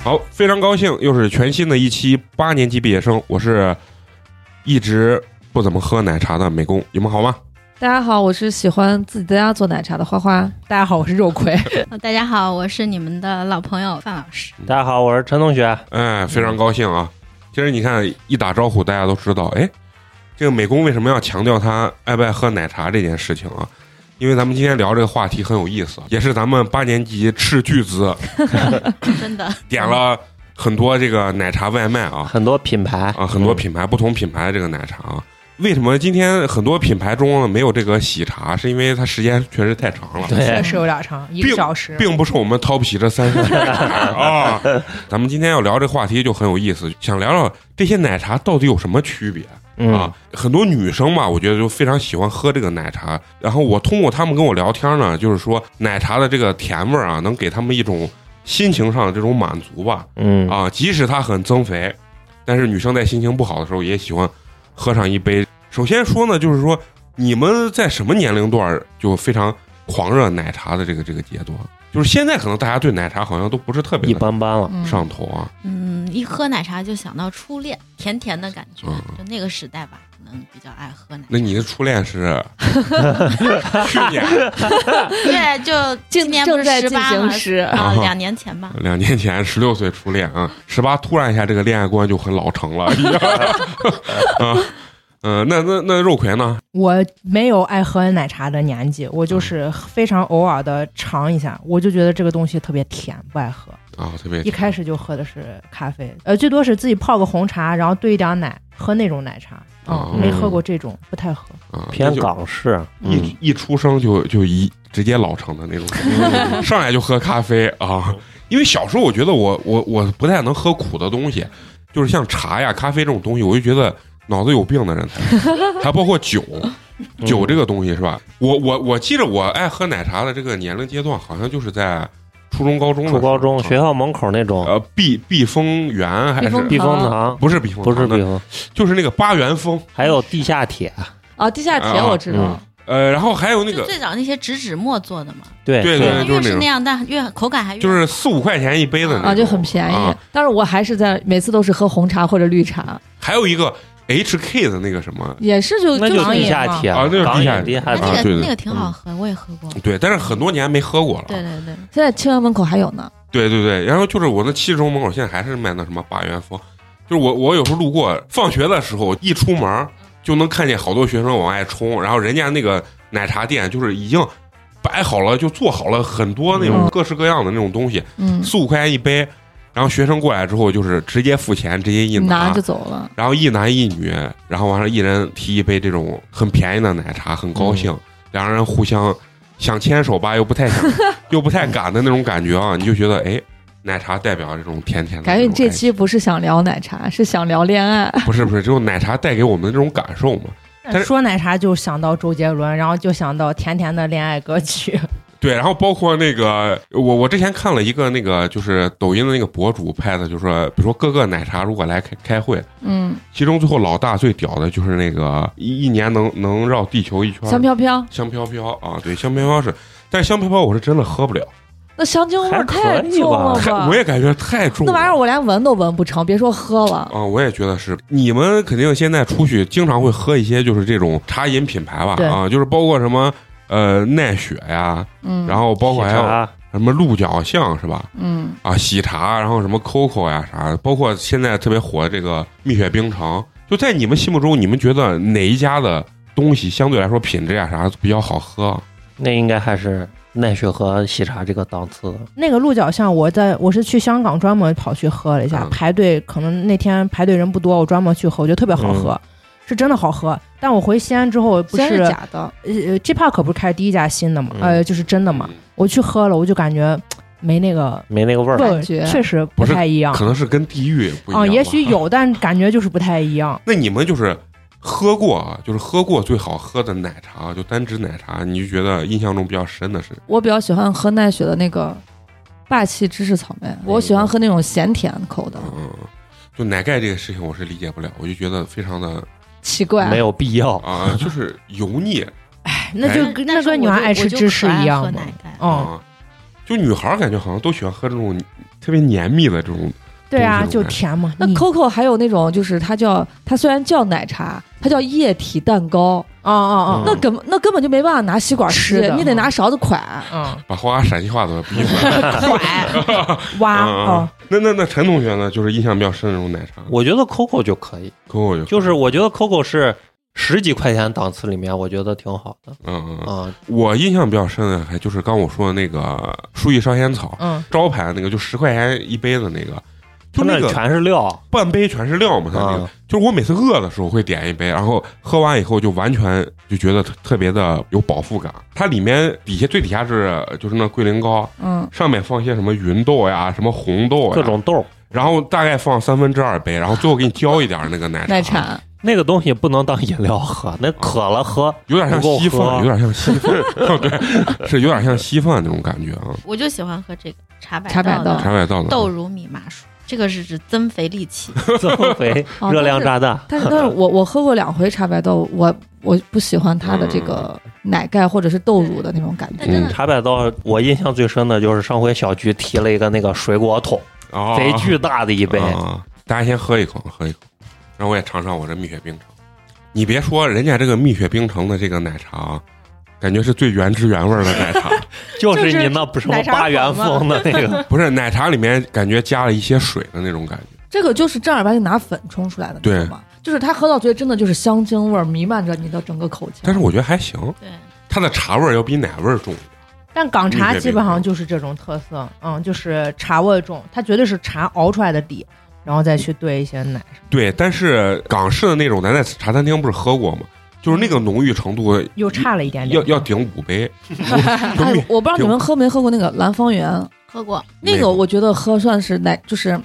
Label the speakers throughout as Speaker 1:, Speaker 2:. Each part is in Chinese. Speaker 1: 好，非常高兴，又是全新的一期八年级毕业生，我是一直不怎么喝奶茶的美工，你们好吗？
Speaker 2: 大家好，我是喜欢自己在家做奶茶的花花。
Speaker 3: 大家好，我是肉 葵。
Speaker 4: 呃大家好，我是你们的老朋友范老师。
Speaker 5: 嗯大家好，我是陈同学。
Speaker 1: 哎，非常高兴啊！其实你看，一打招呼，大家都知道，哎，这个美工为什么要强调他爱不爱喝奶茶这件事情啊？因为咱们今天聊这个话题很有意思，也是咱们八年级斥巨资
Speaker 4: 真的，
Speaker 1: 点了很多这个奶茶外卖啊，
Speaker 5: 很多品牌嗯
Speaker 1: 啊，很多品牌、不同品牌的这个奶茶啊。为什么今天很多品牌中没有这个喜茶？是因为它时间确实太长了，
Speaker 4: 哎
Speaker 5: 对
Speaker 3: 确实有点长，一个小时。
Speaker 1: 并不是我们掏不起这三十九啊。咱们今天要聊这话题就很有意思，想聊聊这些奶茶到底有什么区别。
Speaker 5: 嗯
Speaker 1: 啊，很多女生嘛，我觉得就非常喜欢喝这个奶茶。然后我通过她们跟我聊天呢，就是说奶茶的这个甜味儿啊，能给她们一种心情上的这种满足吧。
Speaker 5: 嗯
Speaker 1: 啊，即使它很增肥，但是女生在心情不好的时候也喜欢喝上一杯。首先说呢，就是说你们在什么年龄段儿就非常狂热奶茶的这个这个阶段？就是现在可能大家对奶茶好像都不是特别
Speaker 5: 一
Speaker 1: 的
Speaker 5: 般般了。
Speaker 3: 嗯
Speaker 1: 上头啊。
Speaker 4: 嗯，一喝奶茶就想到初恋，甜甜的感觉，
Speaker 1: 嗯
Speaker 4: 就那个时代吧，可能比较爱喝奶茶。
Speaker 1: 那你的初恋是去年
Speaker 4: 对，就今年不
Speaker 2: 正
Speaker 4: 是
Speaker 2: 在
Speaker 4: 十
Speaker 2: 进
Speaker 4: 八
Speaker 2: 行
Speaker 4: 吗？
Speaker 2: 时，
Speaker 4: 啊
Speaker 1: 啊，
Speaker 4: 两年前吧。
Speaker 1: 两年前十六岁初恋啊，十八突然一下这个恋爱观就很老成了，一样 啊。嗯、那那那肉葵呢？
Speaker 3: 我没有爱喝奶茶的年纪，我就是
Speaker 1: 嗯
Speaker 3: 非常偶尔的尝一下，我就觉得这个东西特别甜，不爱喝。
Speaker 1: 啊，特别
Speaker 3: 一开始就喝的是咖啡，呃，最多是自己泡个红茶，然后兑一点奶，喝那种奶茶。
Speaker 1: 哦
Speaker 3: 嗯，没喝过这种，不太喝。
Speaker 1: 啊，
Speaker 5: 偏
Speaker 1: 那就
Speaker 5: 港式，嗯
Speaker 1: 一一出生就就一直接老成的那种， 上来就喝咖啡啊。因为小时候我觉得我我我不太能喝苦的东西，就是像茶呀、咖啡这种东西，我就觉得脑子有病的人才，还包括 酒，
Speaker 5: 嗯
Speaker 1: 酒这个东西是吧？我我我记着我爱喝奶茶的这个年龄阶段，好像就是在初中、高中的时候、
Speaker 5: 初高中
Speaker 1: 啊
Speaker 5: 学校门口那种
Speaker 1: 呃碧碧峰园还
Speaker 2: 避风
Speaker 1: 是
Speaker 2: 塘
Speaker 5: 避风塘，
Speaker 1: 不是避风
Speaker 5: 不是
Speaker 1: 塘
Speaker 5: 避
Speaker 1: 那
Speaker 5: 风，
Speaker 1: 就是那个八元峰，
Speaker 5: 还有地下铁，
Speaker 2: 啊，地下铁我知道，
Speaker 5: 啊
Speaker 1: 呃，然后还 有那
Speaker 4: 就
Speaker 1: 个
Speaker 4: 最早那些植脂末做的嘛，
Speaker 5: 对
Speaker 1: 对
Speaker 4: 它
Speaker 1: 对
Speaker 4: 越
Speaker 1: 就是那
Speaker 4: 是
Speaker 1: 种
Speaker 4: 那样，但越口感还越
Speaker 1: 就是四五块钱一杯的那种
Speaker 2: 啊，就很便宜。
Speaker 1: 嗯啊
Speaker 2: 但是我还是在每次都是喝红茶或者绿茶，
Speaker 1: 还有一个 HK 的那个什么，
Speaker 2: 也是就
Speaker 5: 那
Speaker 2: 就
Speaker 5: 就是
Speaker 3: 是
Speaker 5: 地下铁
Speaker 1: 啊那就是
Speaker 5: 港
Speaker 1: 地
Speaker 5: 影
Speaker 1: 下铁
Speaker 5: 地
Speaker 4: 哎那
Speaker 5: 下
Speaker 1: 啊
Speaker 4: 那
Speaker 1: 对对嗯
Speaker 4: 个那个挺好喝，我也喝过。
Speaker 1: 对，但是很多年没喝过了。
Speaker 4: 对对对，
Speaker 2: 现在清源门口还有呢。
Speaker 1: 对对对然后就是我那七十中门口现在还是卖那什么八元风，就是我我有时候路过，放学的时候一出门就能看见好多学生往外冲，然后人家那个奶茶店就是已经摆好了，就做好了很多那种
Speaker 2: 嗯
Speaker 1: 各式各样的那种东西，
Speaker 2: 嗯，
Speaker 1: 四五块钱一杯，然后学生过来之后就是直接付钱，直 接一啊嗯
Speaker 2: 拿就走了。
Speaker 1: 然后一男一女，然后完了，一人提一杯这种很便宜的奶茶，很高
Speaker 2: 嗯
Speaker 1: 兴，两个人互相想牵手吧，又不 太想，又不太敢的那种感觉啊，你就觉得哎，奶茶代表这种甜甜的
Speaker 2: 感
Speaker 1: 那种爱
Speaker 2: 觉
Speaker 1: 情。
Speaker 2: 你这期不是想聊奶茶，是想聊恋爱。
Speaker 1: 不是不是，就是奶茶带给我们的这种感受嘛。但是
Speaker 3: 说奶茶就想到周杰伦，然后就想到甜甜的恋爱歌曲。
Speaker 1: 对，然后包括那个，我我之前看了一个那个，就是抖音的那个博主拍的，就是说，比如说各个奶茶如果来开开会，
Speaker 2: 嗯，
Speaker 1: 其中最后老大最屌的就是那个一一年能能绕地球一圈儿
Speaker 2: 嗯香飘飘，
Speaker 1: 香飘飘啊，对，香飘飘是，但是香飘飘我是真的喝不了，
Speaker 2: 那香精味儿
Speaker 5: 还可
Speaker 2: 太
Speaker 5: 以
Speaker 2: 重了
Speaker 5: 吧
Speaker 1: 太我也感觉太重
Speaker 2: 那
Speaker 1: 了。
Speaker 2: 玩意儿我连闻都闻不成，别说喝了。
Speaker 1: 啊，我也觉得是。你们肯定现在出去经常会喝一些就是这种茶饮品牌吧
Speaker 3: 对？
Speaker 1: 啊，就是包括什么呃奈雪呀，
Speaker 2: 嗯，
Speaker 1: 然后包括啊还
Speaker 5: 喜
Speaker 1: 有
Speaker 5: 茶
Speaker 1: 什么鹿角巷是吧？
Speaker 2: 嗯，
Speaker 1: 啊，喜茶，然后什么 COCO 呀啥的，包括现在特别火的这个蜜雪冰城，就在你们心目中，你们觉得哪一家的东西相对来说品质呀啥比较好喝？
Speaker 5: 那应该还是奈雪和喜茶这个档次的。
Speaker 3: 那个鹿角巷，我在我是去香港专门跑去喝了一下，
Speaker 1: 嗯
Speaker 3: 排队可能那天排队人不多，我专门去喝，我觉得特别好喝，是真的好喝。但我回西安之后，不
Speaker 2: 虽然
Speaker 3: 是
Speaker 2: 是假的，
Speaker 3: 呃 G Park 不是开第一家新的嘛，
Speaker 5: 嗯
Speaker 3: 呃，就是真的嘛，我去喝了，我就感觉没那个
Speaker 5: 没那个味儿
Speaker 3: 味，
Speaker 2: 感
Speaker 3: 儿，
Speaker 2: 觉
Speaker 3: 确实
Speaker 1: 不
Speaker 3: 不
Speaker 1: 是
Speaker 3: 太一样
Speaker 1: 可能是跟地域不一样
Speaker 3: 啊、
Speaker 1: 吧。
Speaker 3: 也许有，但感觉就是不太一样。
Speaker 1: 那你们就是喝过啊，就是喝过最好喝的奶茶，就单指奶茶，你就觉得印象中比较深的是
Speaker 2: 我比较喜欢喝奈雪的那个霸气芝士
Speaker 1: 哎
Speaker 2: 草莓，我喜欢喝那种咸甜口的，
Speaker 1: 嗯，就奶盖这个事情我是理解不了，我就觉得非常的
Speaker 2: 奇怪
Speaker 5: 没。有必要。
Speaker 1: 啊，就是油腻
Speaker 3: 那就
Speaker 1: 哎
Speaker 3: 跟
Speaker 4: 但
Speaker 3: 那
Speaker 4: 是
Speaker 3: 跟
Speaker 4: 我
Speaker 3: 女孩
Speaker 4: 就
Speaker 3: 爱吃
Speaker 4: 我就
Speaker 3: 芝士
Speaker 4: 可爱
Speaker 3: 一样
Speaker 4: 喝
Speaker 3: 嘛
Speaker 4: 奶盖。
Speaker 3: 嗯，
Speaker 1: 啊。就女孩儿感觉好像都喜欢喝这种特别黏密的这种
Speaker 3: 对啊，
Speaker 1: 东西我
Speaker 3: 就
Speaker 1: 感觉
Speaker 3: 甜嘛。
Speaker 2: 嗯那
Speaker 3: 腻
Speaker 2: Coco 还有那种，就是它叫它虽然叫奶茶，它叫液体蛋糕，
Speaker 3: 哦哦
Speaker 2: 那
Speaker 3: 哦，
Speaker 2: 根那根本就没办法拿吸管
Speaker 3: 吃的
Speaker 2: 你得拿勺子㧟。
Speaker 3: 嗯，
Speaker 1: 把花陕西话都逼出来 了。
Speaker 3: 哇
Speaker 1: 嗯
Speaker 3: 哦，
Speaker 1: 那那那陈同学呢？就是印象比较深的那种奶茶，
Speaker 5: 我觉得 COCO 就可以，
Speaker 1: 可我就
Speaker 5: 就是我觉得 COCO 是十几块钱档次里面，我觉得挺好的
Speaker 1: 嗯嗯，嗯
Speaker 5: 啊。
Speaker 1: 我印象比较深的还就是刚我说的那个树叶烧仙草
Speaker 3: 嗯，
Speaker 1: 招牌那个，就十块钱一杯的那个，就
Speaker 5: 它
Speaker 1: 那
Speaker 5: 那
Speaker 1: 个
Speaker 5: 全是料
Speaker 1: 半杯全是料嘛，它那个
Speaker 5: 啊，
Speaker 1: 就是我每次饿的时候会点一杯，然后喝完以后就完全就觉得特特别的有饱腹感。它里面底下最底下是就是那龟苓膏，
Speaker 2: 嗯，
Speaker 1: 上面放一些什么芸豆呀、什么红豆呀，
Speaker 5: 各种豆儿。
Speaker 1: 然后大概放三分之二杯，然后最后给你浇一点儿那个奶茶，
Speaker 2: 嗯奶 茶
Speaker 5: 那个东西不能当饮料喝，那渴了喝。
Speaker 1: 有点像
Speaker 5: 不够
Speaker 1: 稀饭，
Speaker 5: 喝
Speaker 1: 有点像稀饭， 对，是有点像稀饭那种感觉啊。
Speaker 4: 我就喜欢喝这个茶百
Speaker 2: 茶百
Speaker 4: 的
Speaker 2: 道
Speaker 1: 茶百道 的
Speaker 4: 豆乳米麻薯，这个是指增肥利器。
Speaker 5: 增肥
Speaker 2: 哦
Speaker 5: 热量炸弹，
Speaker 2: 但是但是我我喝过两回茶白豆，我我不喜欢它的这个奶盖或者是豆乳的那种感
Speaker 1: 嗯
Speaker 2: 觉
Speaker 4: 但。真的
Speaker 5: 茶百道，我印象最深的就是上回小菊提了一个那个水果桶，
Speaker 1: 哦
Speaker 5: 贼巨大的一杯，
Speaker 1: 啊！大家先喝一口，喝一口，让我也尝尝我这蜜雪冰城。你别说，人家这个蜜雪冰城的这个奶茶啊，感觉是最原汁原味儿的奶茶，
Speaker 5: 就是你那不什么八元风的那 个，
Speaker 1: 不是奶茶里面感觉加了一些水的那种感觉。
Speaker 2: 这个就是正儿八经拿粉冲出来的，
Speaker 1: 对
Speaker 2: 你知道吗？就是它喝到嘴里真的就是香精味儿弥漫着你的整个口腔。
Speaker 1: 但是我觉得还行，
Speaker 4: 对，
Speaker 1: 它的茶味儿要比奶味儿重。
Speaker 3: 但港茶基本上就是这种特色，嗯，就是茶味重，它绝对是茶熬出来的底，然后再去兑一些奶。
Speaker 1: 对，但是港式的那种，咱在茶餐厅不是喝过吗？就是那个浓郁程度
Speaker 3: 又差了一点点。
Speaker 1: 要要顶五 杯，就
Speaker 2: 哎
Speaker 1: 蜜，
Speaker 2: 我不知道你们喝没喝过那个兰芳园，
Speaker 4: 喝过，
Speaker 2: 那
Speaker 1: 没
Speaker 2: 个
Speaker 1: 有
Speaker 2: 我觉得喝算是奶，就是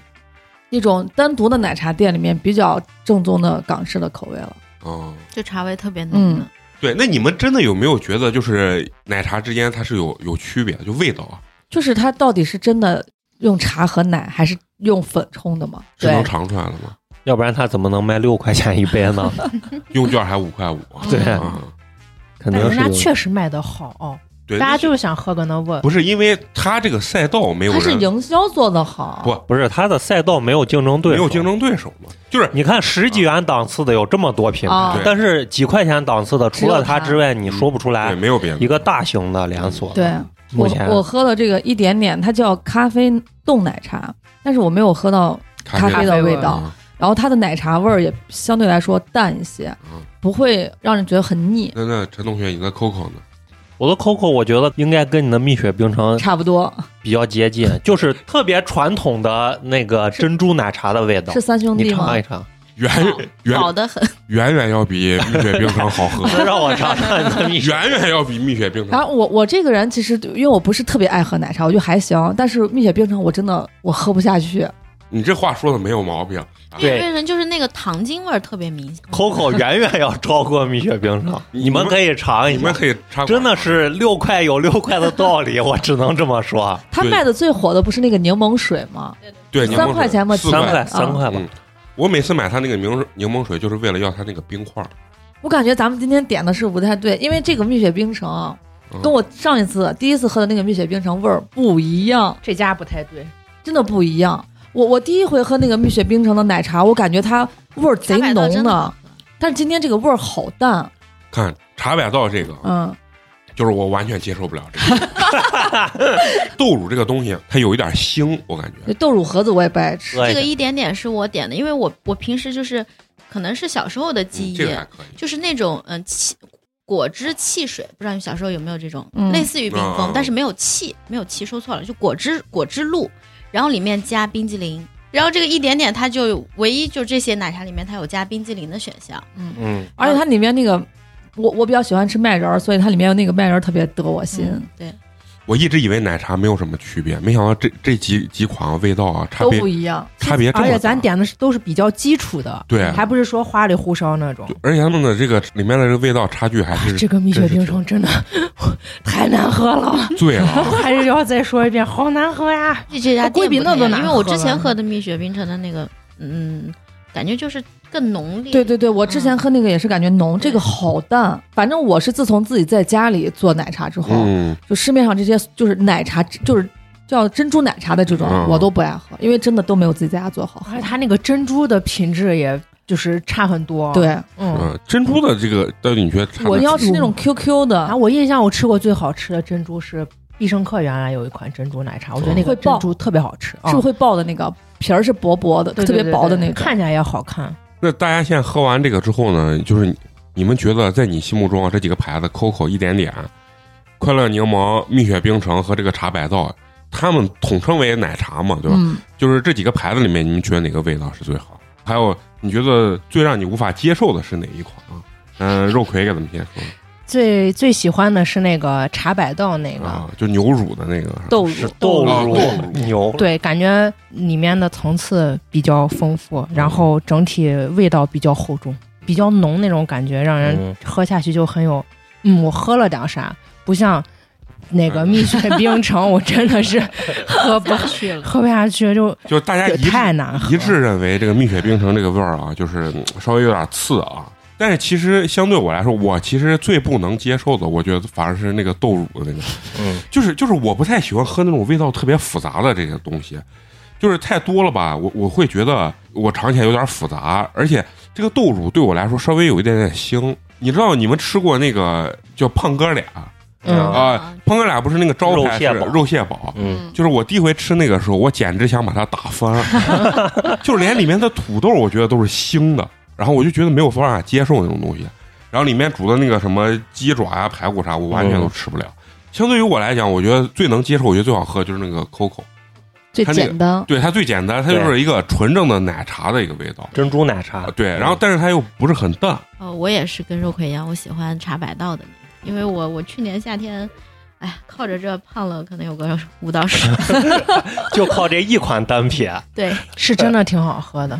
Speaker 2: 一种单独的奶茶店里面比较正宗的港式的口味了。
Speaker 1: 哦，
Speaker 4: 就茶味特别浓的。
Speaker 2: 嗯
Speaker 1: 对，那你们真的有没有觉得，就是奶茶之间它是有有区别的，就味道啊，
Speaker 2: 就是它到底是真的用茶和奶，还是用粉冲的吗？
Speaker 1: 是能
Speaker 3: 对
Speaker 1: 尝出来的吗？
Speaker 5: 要不然他怎么能卖六块钱一杯呢？
Speaker 1: 用券还五块五啊，
Speaker 5: 对
Speaker 1: 啊，
Speaker 5: 肯
Speaker 3: 但
Speaker 5: 定
Speaker 3: 人家
Speaker 5: 是有。
Speaker 3: 确实卖的好、哦，
Speaker 1: 对，
Speaker 3: 大家
Speaker 1: 那是
Speaker 3: 就是想喝个那味儿。
Speaker 1: 不是因为它这个赛道没有
Speaker 2: 它是
Speaker 1: 人
Speaker 2: 营销做的好，
Speaker 1: 不
Speaker 5: 不是他的赛道没有竞争对
Speaker 1: 没
Speaker 5: 手，
Speaker 1: 有竞。争对手嘛，就是
Speaker 5: 你看十几元档次的有这么多品牌，
Speaker 2: 啊
Speaker 1: 对
Speaker 5: 但是几块钱档次的除了它之外，你说不出
Speaker 1: 对
Speaker 5: 来
Speaker 1: 没有别的
Speaker 5: 一个大型的连锁。
Speaker 2: 对
Speaker 5: 目
Speaker 2: 我
Speaker 5: 前
Speaker 2: 我喝了这个一点点，它叫咖啡冻奶茶，但是我没有喝到
Speaker 1: 咖
Speaker 2: 啡
Speaker 1: 的
Speaker 2: 的味
Speaker 3: 味
Speaker 2: 道，
Speaker 1: 啊
Speaker 2: 然后它的奶茶味儿也相对来说淡一些
Speaker 1: 嗯，
Speaker 2: 不会让人觉得很腻，
Speaker 1: 那那陈同学，你的 Coco 呢？
Speaker 5: 我的 COCO 我觉得应该跟你的蜜雪冰城
Speaker 2: 差不多
Speaker 5: 比较接 近，就是特别传统的那个珍珠奶茶的味道
Speaker 2: 是。三兄
Speaker 5: 你
Speaker 2: 弟吗
Speaker 5: 尝一？尝，
Speaker 1: 远远
Speaker 4: 好的很，
Speaker 1: 远远要比蜜雪冰城好喝，
Speaker 5: 能让我尝尝你 的蜜雪？
Speaker 1: 远远要比蜜雪冰
Speaker 2: 然
Speaker 1: 城。
Speaker 2: 后我我这个人其实因为我不是特别爱喝奶茶，我就还行，但是蜜雪冰城我真的我喝不下去，
Speaker 1: 你这话说的没有毛病，
Speaker 4: 蜜雪
Speaker 5: 对
Speaker 4: 冰城就是那个糖精味儿特别明显。
Speaker 5: COCO 远远要超过蜜雪冰城，
Speaker 1: 你
Speaker 5: 你
Speaker 1: 们
Speaker 5: 们可以尝一
Speaker 1: 你
Speaker 5: 下，
Speaker 1: 们可以插管
Speaker 5: 真的是六块有六块的道 理，我只能这么说。啊
Speaker 2: 它
Speaker 1: 对
Speaker 2: 卖的最火的不是那个柠檬水吗？
Speaker 1: 对
Speaker 5: 三
Speaker 1: 柠檬水
Speaker 2: 块钱吗
Speaker 1: 四
Speaker 5: 三
Speaker 1: 块
Speaker 5: 块，三块吧
Speaker 1: 嗯。我每次买他那个柠檬柠檬水，就是为了要他那个冰块儿。
Speaker 2: 我感觉咱们今天点的是不太对，因为这个蜜雪冰城啊
Speaker 1: 嗯
Speaker 2: 跟我上一次第一次喝的那个蜜雪冰城味儿不一样，
Speaker 3: 这家不太对，
Speaker 2: 真的不一样。我我第一回喝那个蜜雪冰城的奶茶，我感觉它味儿贼
Speaker 4: 茶百道
Speaker 2: 浓
Speaker 4: 真的好
Speaker 2: 呢，
Speaker 4: 喝，
Speaker 2: 但是今天这个味儿好淡，
Speaker 1: 看茶百道这个，啊
Speaker 2: 嗯，
Speaker 1: 就是我完全接受不了这个豆乳这个 东西，它有一点腥，我感觉。
Speaker 2: 那嗯豆乳盒子我也不爱吃。
Speaker 4: 这
Speaker 5: 喝一
Speaker 4: 个
Speaker 5: 下
Speaker 4: 一点点是我点的，因为我我平时就是可能是小时候的记
Speaker 1: 嗯
Speaker 4: 忆，
Speaker 1: 这个还可以。
Speaker 4: 就是那种嗯汽果汁汽水，不知道你小时候有没有这种，
Speaker 2: 嗯
Speaker 4: 类似于冰峰，
Speaker 1: 嗯
Speaker 4: 但是没有汽，没有汽，说错了，就果汁果汁露，然后里面加冰激凌，然后这个一点点它就有唯一就这些奶茶里面它有加冰激凌的选项，
Speaker 5: 嗯，
Speaker 2: 而且它里面那个，我我比较喜欢吃麦仁儿，所以它里面有那个麦仁儿特别得我心，
Speaker 4: 嗯，对，
Speaker 1: 我一直以为奶茶没有什么区别，没想到这这几几款啊味道啊差
Speaker 2: 都
Speaker 1: 别
Speaker 2: 不一样。
Speaker 1: 差别这
Speaker 3: 而
Speaker 1: 么
Speaker 3: 且
Speaker 1: 大
Speaker 3: 咱。点的是都是比较基础的，
Speaker 1: 对
Speaker 3: 还不是说花里胡哨那种
Speaker 1: 就。而且他们的这个里面的这个味道差距还
Speaker 3: 这
Speaker 2: 啊
Speaker 1: 是
Speaker 3: 个蜜雪冰城真的 太难喝了，
Speaker 1: 醉了。
Speaker 3: 还是要再说一遍，好难喝 呀！
Speaker 4: 这这家
Speaker 3: 贵
Speaker 4: 店
Speaker 3: 比
Speaker 4: 不
Speaker 3: 那
Speaker 4: 太一
Speaker 3: 都
Speaker 4: 样
Speaker 3: 难
Speaker 4: 因为我
Speaker 3: 喝
Speaker 4: 之前
Speaker 3: 了
Speaker 4: 喝的蜜雪冰城的那个，嗯，感觉就是更浓烈。
Speaker 2: 对对对，我之前喝那个也是感觉浓，这个好淡。反正我是自从自己在家里做奶茶之后，
Speaker 1: 嗯，
Speaker 2: 就市面上这些就是奶茶，就是叫珍珠奶茶的这种，
Speaker 1: 嗯
Speaker 2: 我都不爱喝，因为真的都没有自己在家做好喝
Speaker 3: 而且。它那个珍珠的品质也就是差很多。，
Speaker 2: 对，
Speaker 3: 嗯。
Speaker 1: 嗯，珍珠的这个到底你觉得差在
Speaker 2: 哦我要
Speaker 1: 哪
Speaker 2: 是那种 QQ
Speaker 3: 啊，
Speaker 2: 的，
Speaker 3: 我印象我吃过最好吃的珍珠是必胜客原来有一款珍珠奶茶，我觉得那个
Speaker 2: 哦会爆
Speaker 3: 珍珠特别好吃，啊
Speaker 2: 是不是会爆的那个皮儿是薄薄的，
Speaker 3: 嗯对
Speaker 2: 特别薄的那
Speaker 3: 对对对
Speaker 2: 种。
Speaker 3: 看起来也好看。
Speaker 1: 那大家现在喝完这个之后呢，就是你你们觉得在你心目中啊，这几个牌子 COCO 一点点、快乐柠檬、蜜雪冰城和这个茶百道，他们统称为奶茶嘛，对吧？
Speaker 2: 嗯，
Speaker 1: 就是这几个牌子里面，你们觉得哪个味道是最好？还有你觉得最让你无法接受的是哪一款啊？嗯，肉葵给咱们先说
Speaker 3: 最最喜欢的是那个茶百道那个，
Speaker 1: 啊，就牛乳的那个
Speaker 2: 豆乳
Speaker 5: 是豆乳
Speaker 2: 啊
Speaker 1: 豆乳
Speaker 5: 牛，
Speaker 3: 对，感觉里面的层次比较丰富，然后整体味道比较厚重，比较浓那种感觉，让人
Speaker 5: 嗯
Speaker 3: 喝下去就很有，嗯，我喝了点啥，不像那个蜜雪 冰城，我真的是喝不
Speaker 4: 去了，
Speaker 3: 喝不下去，就
Speaker 1: 就是大家
Speaker 3: 就
Speaker 1: 一致
Speaker 3: 太难 喝
Speaker 1: 一致认为这个蜜雪冰城这个味儿啊，就是嗯稍微有点刺啊。但是其实相对我来说，我其实最不能接受的，我觉得反而是那个豆乳的那个，
Speaker 5: 嗯，
Speaker 1: 就是就是我不太喜欢喝那种味道特别复杂的这个东西，就是太多了吧，我我会觉得我尝起来有点复杂，而且这个豆乳对我来说稍微有一点点腥。你知道你们吃过那个叫胖哥俩啊、
Speaker 3: 嗯，
Speaker 4: 啊
Speaker 1: 胖哥俩不是那个招牌是
Speaker 5: 肉蟹堡
Speaker 1: 肉蟹堡，
Speaker 5: 嗯，
Speaker 1: 就是我第一回吃那个时候，我简直想把它打翻，就是连里面的土豆，我觉得都是腥的，然后我就觉得没有办法接受那种东西。然后里面煮的那个什么鸡爪呀、排骨啥，我完全都吃不了。相对于我来讲，我觉得最能接受，我觉得最好喝就是那个 COCO，
Speaker 2: 最
Speaker 1: 它那个
Speaker 2: 简单。
Speaker 1: 对它最简单，它就是一个纯正的奶茶的一个味道。
Speaker 5: 珍珠奶茶，
Speaker 1: 对，然后但是它又不是很淡，
Speaker 4: 呃，我也是跟肉葵一样，我喜欢茶百道的那个，因为我我去年夏天，哎，靠着这胖了可能有个 五到十，
Speaker 5: 就靠这一款单品，
Speaker 4: 对，
Speaker 3: 是真的挺好喝的，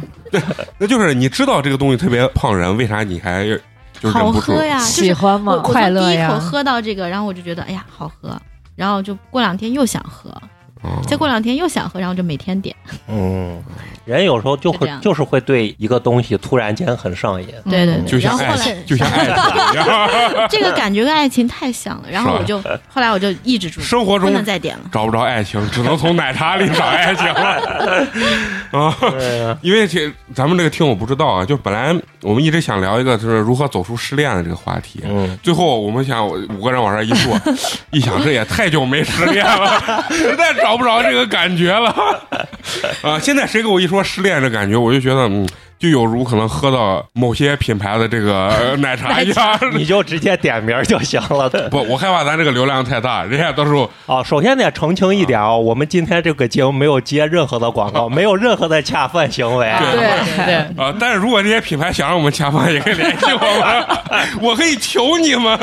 Speaker 1: 那就是你知道这个东西特别胖人，为啥你还就是忍
Speaker 4: 好
Speaker 1: 不住
Speaker 4: 喝？呀，就是
Speaker 2: 喜欢
Speaker 4: 我
Speaker 2: 吗？
Speaker 4: 我
Speaker 3: 快乐
Speaker 4: 从第一
Speaker 3: 呀
Speaker 4: 口喝到这个，然后我就觉得哎呀好喝，然后就过两天又想喝，
Speaker 1: 嗯
Speaker 4: 再过两天又想喝，然后就每天点。
Speaker 5: 嗯，人有时候就
Speaker 4: 就这
Speaker 5: 会
Speaker 4: 样
Speaker 5: 就是会对一个东西突然间很上瘾，
Speaker 3: 嗯
Speaker 4: 对对对，
Speaker 1: 就像
Speaker 4: 然后
Speaker 1: 爱
Speaker 4: 后
Speaker 1: 情，
Speaker 4: 来
Speaker 1: 就像爱情一样，
Speaker 4: 这个感觉跟爱情太像了，然后我就后来我就抑制住，
Speaker 1: 生活
Speaker 4: 不
Speaker 1: 中
Speaker 4: 能再点了。
Speaker 1: 找不着爱情，只能从奶茶里找爱情了 啊！
Speaker 5: 对呀，
Speaker 1: 因为这咱们这个听友不知道啊，就本来我们一直想聊一个就是如何走出失恋的这个话题，啊
Speaker 5: 嗯，
Speaker 1: 最后我们想五个人往这一 坐，一想这也太久没失恋 了，实在找不着这个感觉了啊！现在谁跟我一说失恋这感觉，我就觉得嗯，就有如可能喝到某些品牌的这个呃奶茶一样。
Speaker 5: 你就直接点名儿就行了。
Speaker 1: 不，我害怕咱这个流量太大，人家到时候
Speaker 5: 啊，首先得澄清一点啊，我们今天这个节目没有接任何的广告，没有任何的恰饭行为。
Speaker 1: 对
Speaker 3: 对对，
Speaker 1: 啊！但是如果这些品牌想让我们加班，也可以联系我 们，我可以求你们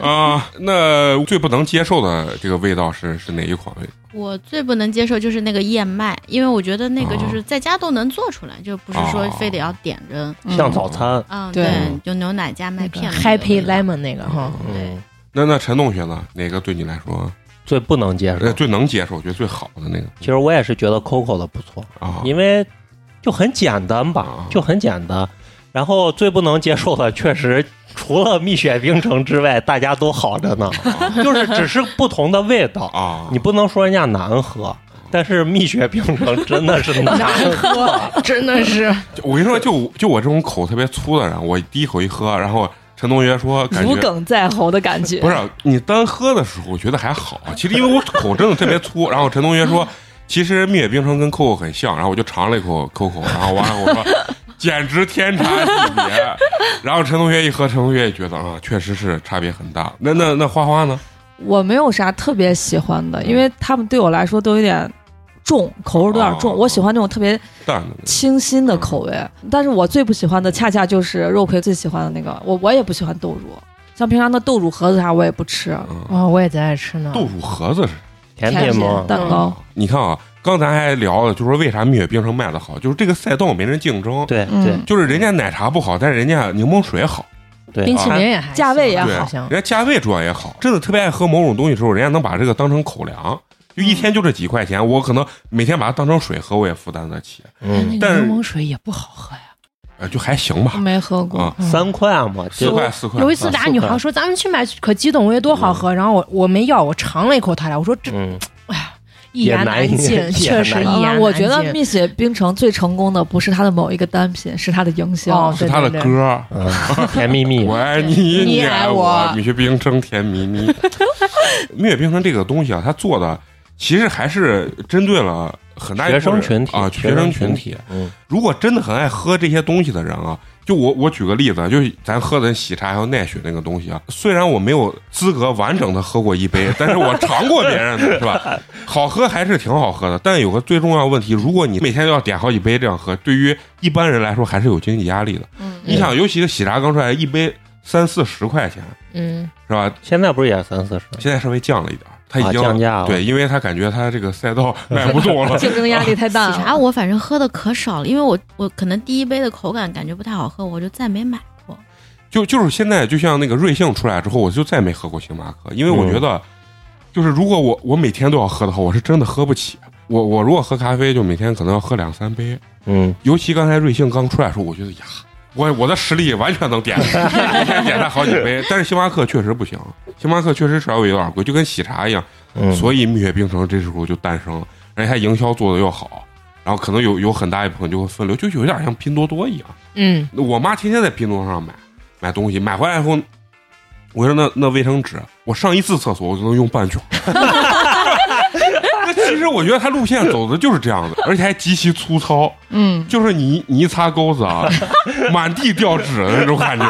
Speaker 1: 啊。那最不能接受的这个味道是是哪一款味？
Speaker 4: 我最不能接受就是那个燕麦，因为我觉得那个
Speaker 1: 哦
Speaker 4: 就是在家都能做出来，就不是说非得要点着。
Speaker 2: 嗯
Speaker 5: 像早餐，
Speaker 4: 嗯，
Speaker 2: 对
Speaker 4: 对，有牛奶加麦
Speaker 3: 那个
Speaker 4: 片嘛。
Speaker 3: Happy Lemon 那个哈，
Speaker 5: 嗯，
Speaker 1: 那那陈同学呢？哪个对你来说
Speaker 5: 最不能接
Speaker 1: 呃
Speaker 5: 受。
Speaker 1: 最能接受？觉得最好的那个
Speaker 5: 其实我也是觉得 Coco 的不错，
Speaker 1: 啊？
Speaker 5: 因为就很简单吧
Speaker 1: 啊，
Speaker 5: 就很简单。然后最不能接受的，确实除了蜜雪冰城之外，大家都好着呢，就是只是不同的味道。
Speaker 1: 啊，
Speaker 5: 你不能说人家难喝，但是蜜雪冰城真的是难
Speaker 3: 难
Speaker 5: 喝。
Speaker 3: 喝， 真的 是
Speaker 1: 就我跟你说，就就我这种口特别粗的人，我第一口一喝，然后陈同学说感
Speaker 2: 如
Speaker 1: 觉。
Speaker 2: 鲠在喉的感觉
Speaker 1: 不。是你单喝的时候，我觉得还好。其实因为我口真的特别粗，然后陈同学说，其实蜜雪冰城跟 COCO 很像，然后我就尝了一口 COCO，然后完了我说。简直天差地别，然后陈同学一喝，陈同学也觉得啊，确实是差别很大。那那那花花呢？
Speaker 2: 我没有啥特别喜欢的，因为他们对我来说都有点重，口味都有点重。
Speaker 1: 哦
Speaker 2: 我喜欢那种特别
Speaker 1: 淡的
Speaker 2: 清新的口味，但是我最不喜欢的恰恰就是肉葵最喜欢的那个，我我也不喜欢豆乳，像平常的豆乳盒子啥我也不吃，
Speaker 1: 嗯，
Speaker 3: 啊，我也在爱吃呢。
Speaker 1: 豆乳盒子是
Speaker 5: 甜
Speaker 2: 甜
Speaker 5: 品吗？
Speaker 2: 蛋糕。
Speaker 1: 你看啊，刚才还聊了，就是说为啥蜜雪冰城卖的好，就是这个赛道没人竞争，
Speaker 5: 对
Speaker 2: 嗯
Speaker 5: 对，
Speaker 1: 就是人家奶茶不好，但是人家柠檬水好。
Speaker 5: 对，
Speaker 3: 冰淇淋也还行啊
Speaker 2: 价位也
Speaker 1: 对，
Speaker 3: 行
Speaker 1: 人家价位主要也好，真的特别爱喝某种东西的时候，人家能把这个当成口粮，就一天就这几块钱，我可能每天把它当成水喝，我也负担得起。
Speaker 5: 嗯
Speaker 3: 那
Speaker 1: 但
Speaker 3: 个
Speaker 1: 是
Speaker 3: 柠檬水也不好喝呀。
Speaker 1: 呃就还行吧，
Speaker 2: 没喝过
Speaker 1: 啊，
Speaker 5: 三块嘛，
Speaker 1: 四
Speaker 5: 就
Speaker 1: 块四块。
Speaker 3: 嗯有一次，
Speaker 5: 啊
Speaker 3: 俩
Speaker 5: 四
Speaker 3: 女
Speaker 5: 块
Speaker 3: 孩说：“咱们去买可激动味，多好喝。”
Speaker 1: 嗯
Speaker 3: 然后我我没要，我尝了一口他俩，我说：“这
Speaker 5: 嗯，
Speaker 3: 一
Speaker 5: 也
Speaker 3: 言
Speaker 5: 难
Speaker 3: 难
Speaker 5: 也
Speaker 3: 尽，
Speaker 5: 也
Speaker 3: 确实
Speaker 5: 难
Speaker 3: 一
Speaker 5: 尽
Speaker 3: 言难
Speaker 2: 嗯
Speaker 3: 尽。”
Speaker 2: 我觉得蜜雪冰城最成功的不是它的某一个单品，是它的营销。。
Speaker 3: 哦
Speaker 1: 是他的
Speaker 3: 对对对
Speaker 1: 歌，
Speaker 5: 嗯甜蜜 蜜
Speaker 1: 我，爱你，
Speaker 3: 你
Speaker 1: 爱
Speaker 3: 爱我
Speaker 1: 蜜雪冰城甜蜜 蜜。蜜雪冰城这个东西啊，它做的其实还是针对了很大一部分人
Speaker 5: 学生群体
Speaker 1: 啊，
Speaker 5: 学
Speaker 1: 学生
Speaker 5: 生
Speaker 1: 群
Speaker 5: 群
Speaker 1: 体。
Speaker 5: 嗯
Speaker 1: 如果真的很爱喝这些东西的人啊，就我我举个例子啊，就是咱喝的喜茶还有奈雪那个东西啊，虽然我没有资格完整的喝过一杯， 但是我尝过别人 的，是吧？好喝还是挺好喝的，但有个最重要的问题，如果你每天要点好几杯这样喝，对于一般人来说还是有经济压力的。
Speaker 4: 嗯，
Speaker 1: 你想，尤其是喜茶刚出来，一杯三四十块钱
Speaker 3: 嗯，
Speaker 1: 是吧？
Speaker 5: 现在不是也三四十？
Speaker 1: 现在稍微降了一点儿，它
Speaker 5: 啊
Speaker 1: 已经、
Speaker 5: 降价了
Speaker 1: 对，因为他感觉他这个赛 道卖不动了
Speaker 2: 竞争压力太大
Speaker 1: 嗯
Speaker 4: 喜茶
Speaker 5: 哦
Speaker 2: 了。
Speaker 4: 啊我反正喝的可少了，因为我我可能第一杯的口感感觉不太好喝，我就再没买过。
Speaker 1: 就就是现在，就像那个瑞幸出来之后，我就再没喝过星巴克，因为我
Speaker 5: 嗯
Speaker 1: 觉得，就是如果我我每天都要喝的话，我是真的喝不起。我我如果喝咖啡，就每天可能要喝两三杯。
Speaker 5: 嗯，
Speaker 1: 尤其刚才瑞幸刚出来的时候，我觉得呀，我我的实力完全能 点，一天点它好几杯。但是星巴克确实不行，星巴克确实稍微有点贵，就跟喜茶一样。
Speaker 5: 嗯
Speaker 1: 所以蜜雪冰城这时候就诞生了，而且它营销做的又好，然后可能有有很大一部分就会分流，就有点像拼多多一样。
Speaker 3: 嗯，
Speaker 1: 我妈天天在拼多多上买买东西，买回来以后，我说那那卫生纸，我上一次厕所我就能用半卷。 那其实我觉得它路线走的就是这样的，而且还极其粗糙，
Speaker 2: 嗯，
Speaker 1: 就是你你一擦钩子啊， 满地掉纸的那种感觉。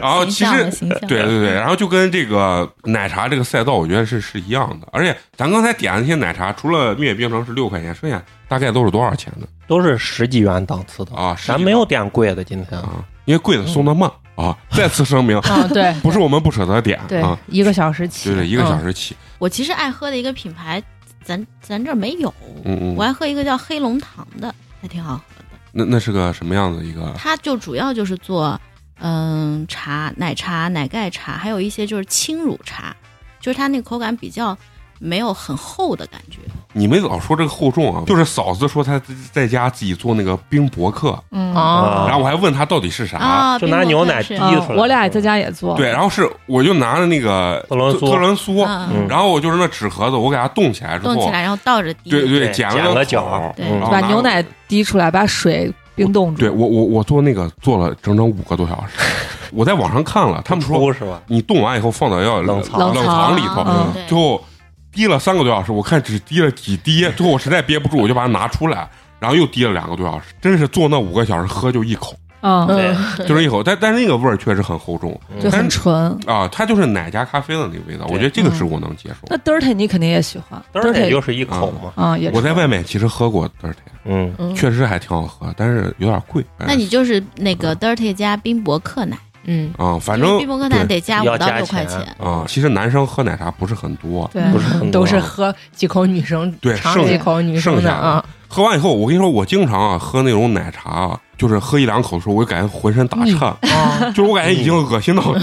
Speaker 1: 然后哦其
Speaker 4: 形象
Speaker 1: 实呃
Speaker 4: 的形象，
Speaker 1: 对对对，然后就跟这个奶茶这个赛道，我觉得是是一样的。而且咱刚才点的那些奶茶，除了蜜雪冰城是六块钱，剩下大概都是多少钱的
Speaker 5: 都是十几元档次的，
Speaker 1: 啊？
Speaker 5: 咱
Speaker 1: 十几
Speaker 5: 没有点贵的，今天
Speaker 1: 啊，因为贵的送的慢啊。再次声明，
Speaker 3: 啊，对
Speaker 1: 不是我们不舍得点
Speaker 3: 对
Speaker 1: 啊，，
Speaker 3: 一个小时起，
Speaker 1: 对对，一个小
Speaker 3: 嗯，
Speaker 1: 时起。
Speaker 4: 我其实爱喝的一个品牌，咱咱这儿没有，
Speaker 1: 嗯
Speaker 4: 我
Speaker 1: 嗯，
Speaker 4: 爱喝一个叫黑龙堂的，还挺好喝的。
Speaker 1: 那那是个什么样的一个？
Speaker 4: 它就主要就是做嗯茶、奶茶、奶盖茶，还有一些就是轻乳茶，就是它那个口感比较没有很厚的感觉。
Speaker 1: 你们老说这个厚重
Speaker 5: 嗯
Speaker 1: 啊，就是嫂子说她自己在家自己做那个冰博客，
Speaker 2: 嗯
Speaker 3: 哦
Speaker 1: 然后我还问她到底是啥。
Speaker 4: 啊，
Speaker 5: 就拿
Speaker 4: 冰
Speaker 5: 牛
Speaker 4: 火
Speaker 5: 奶
Speaker 4: 是
Speaker 5: 滴
Speaker 2: 嗯
Speaker 5: 出来
Speaker 2: 我俩也在家也做。
Speaker 1: 对，然后是我就拿着那个
Speaker 5: 特仑苏
Speaker 1: 特仑苏，
Speaker 4: 嗯，
Speaker 1: 然后我就是那纸盒子，我给它冻起来之后，
Speaker 4: 冻起来然后倒着滴。
Speaker 1: 对
Speaker 5: 对
Speaker 1: 剪
Speaker 5: 剪
Speaker 1: 个
Speaker 5: 了
Speaker 1: 口
Speaker 5: 角
Speaker 1: 儿
Speaker 4: 对
Speaker 1: 然后
Speaker 5: 哦
Speaker 2: 把
Speaker 1: 拿
Speaker 2: 牛奶滴出来，把水冰冻住。
Speaker 1: 对我我我做那个做了整整五个多小时， 我在网上看了，他们说
Speaker 5: 出是吧？
Speaker 1: 你冻完以后放到要
Speaker 5: 冷藏
Speaker 1: 冷
Speaker 2: 冷
Speaker 1: 藏
Speaker 2: 藏
Speaker 1: 里头，
Speaker 2: 嗯
Speaker 4: 对
Speaker 1: 最后滴了三个多小时，我看只滴了几 滴，最后我实在憋不住，我就把它拿出来。然后又滴了两个多小时，真是做那五个小时喝就一口，
Speaker 2: 嗯，
Speaker 5: 对，
Speaker 1: 就是一口，但但是那个味儿确实很厚重
Speaker 5: 嗯
Speaker 2: 就
Speaker 1: 但是
Speaker 2: 很纯。
Speaker 1: 啊，它就是奶加咖啡的那个味道，我觉得这个是我能接受
Speaker 2: 那。dirty 你肯定也喜欢
Speaker 5: 嘚得
Speaker 2: ，dirty
Speaker 5: 就是一口嘛。
Speaker 2: 啊也
Speaker 1: 我在外面其实喝过，但是
Speaker 5: 嗯，
Speaker 3: 嗯
Speaker 1: 确实还挺好喝，但是有点贵。
Speaker 4: 那你就是那个 dirty 加冰博克奶，
Speaker 3: 嗯，
Speaker 1: 啊，反
Speaker 4: 因为
Speaker 1: 正
Speaker 4: 冰博克奶
Speaker 1: 对
Speaker 4: 得加
Speaker 5: 要
Speaker 4: 五到
Speaker 5: 加
Speaker 4: 六块
Speaker 5: 钱
Speaker 4: 钱。嗯
Speaker 1: 啊，其实男生喝奶茶不是很多，
Speaker 2: 对
Speaker 5: 不是很多啊
Speaker 3: 都是喝几口女生，
Speaker 1: 嗯对
Speaker 3: 尝
Speaker 1: 剩
Speaker 3: 几口女生
Speaker 1: 剩
Speaker 3: 的
Speaker 1: 下的
Speaker 3: 啊，
Speaker 1: 喝完以后，我跟你说，我经常啊喝那种奶茶啊，就是喝一两口的时候，我就感觉浑身打
Speaker 4: 嗯
Speaker 1: 颤，
Speaker 5: 啊
Speaker 3: 哦
Speaker 1: 就是我感觉已经恶心到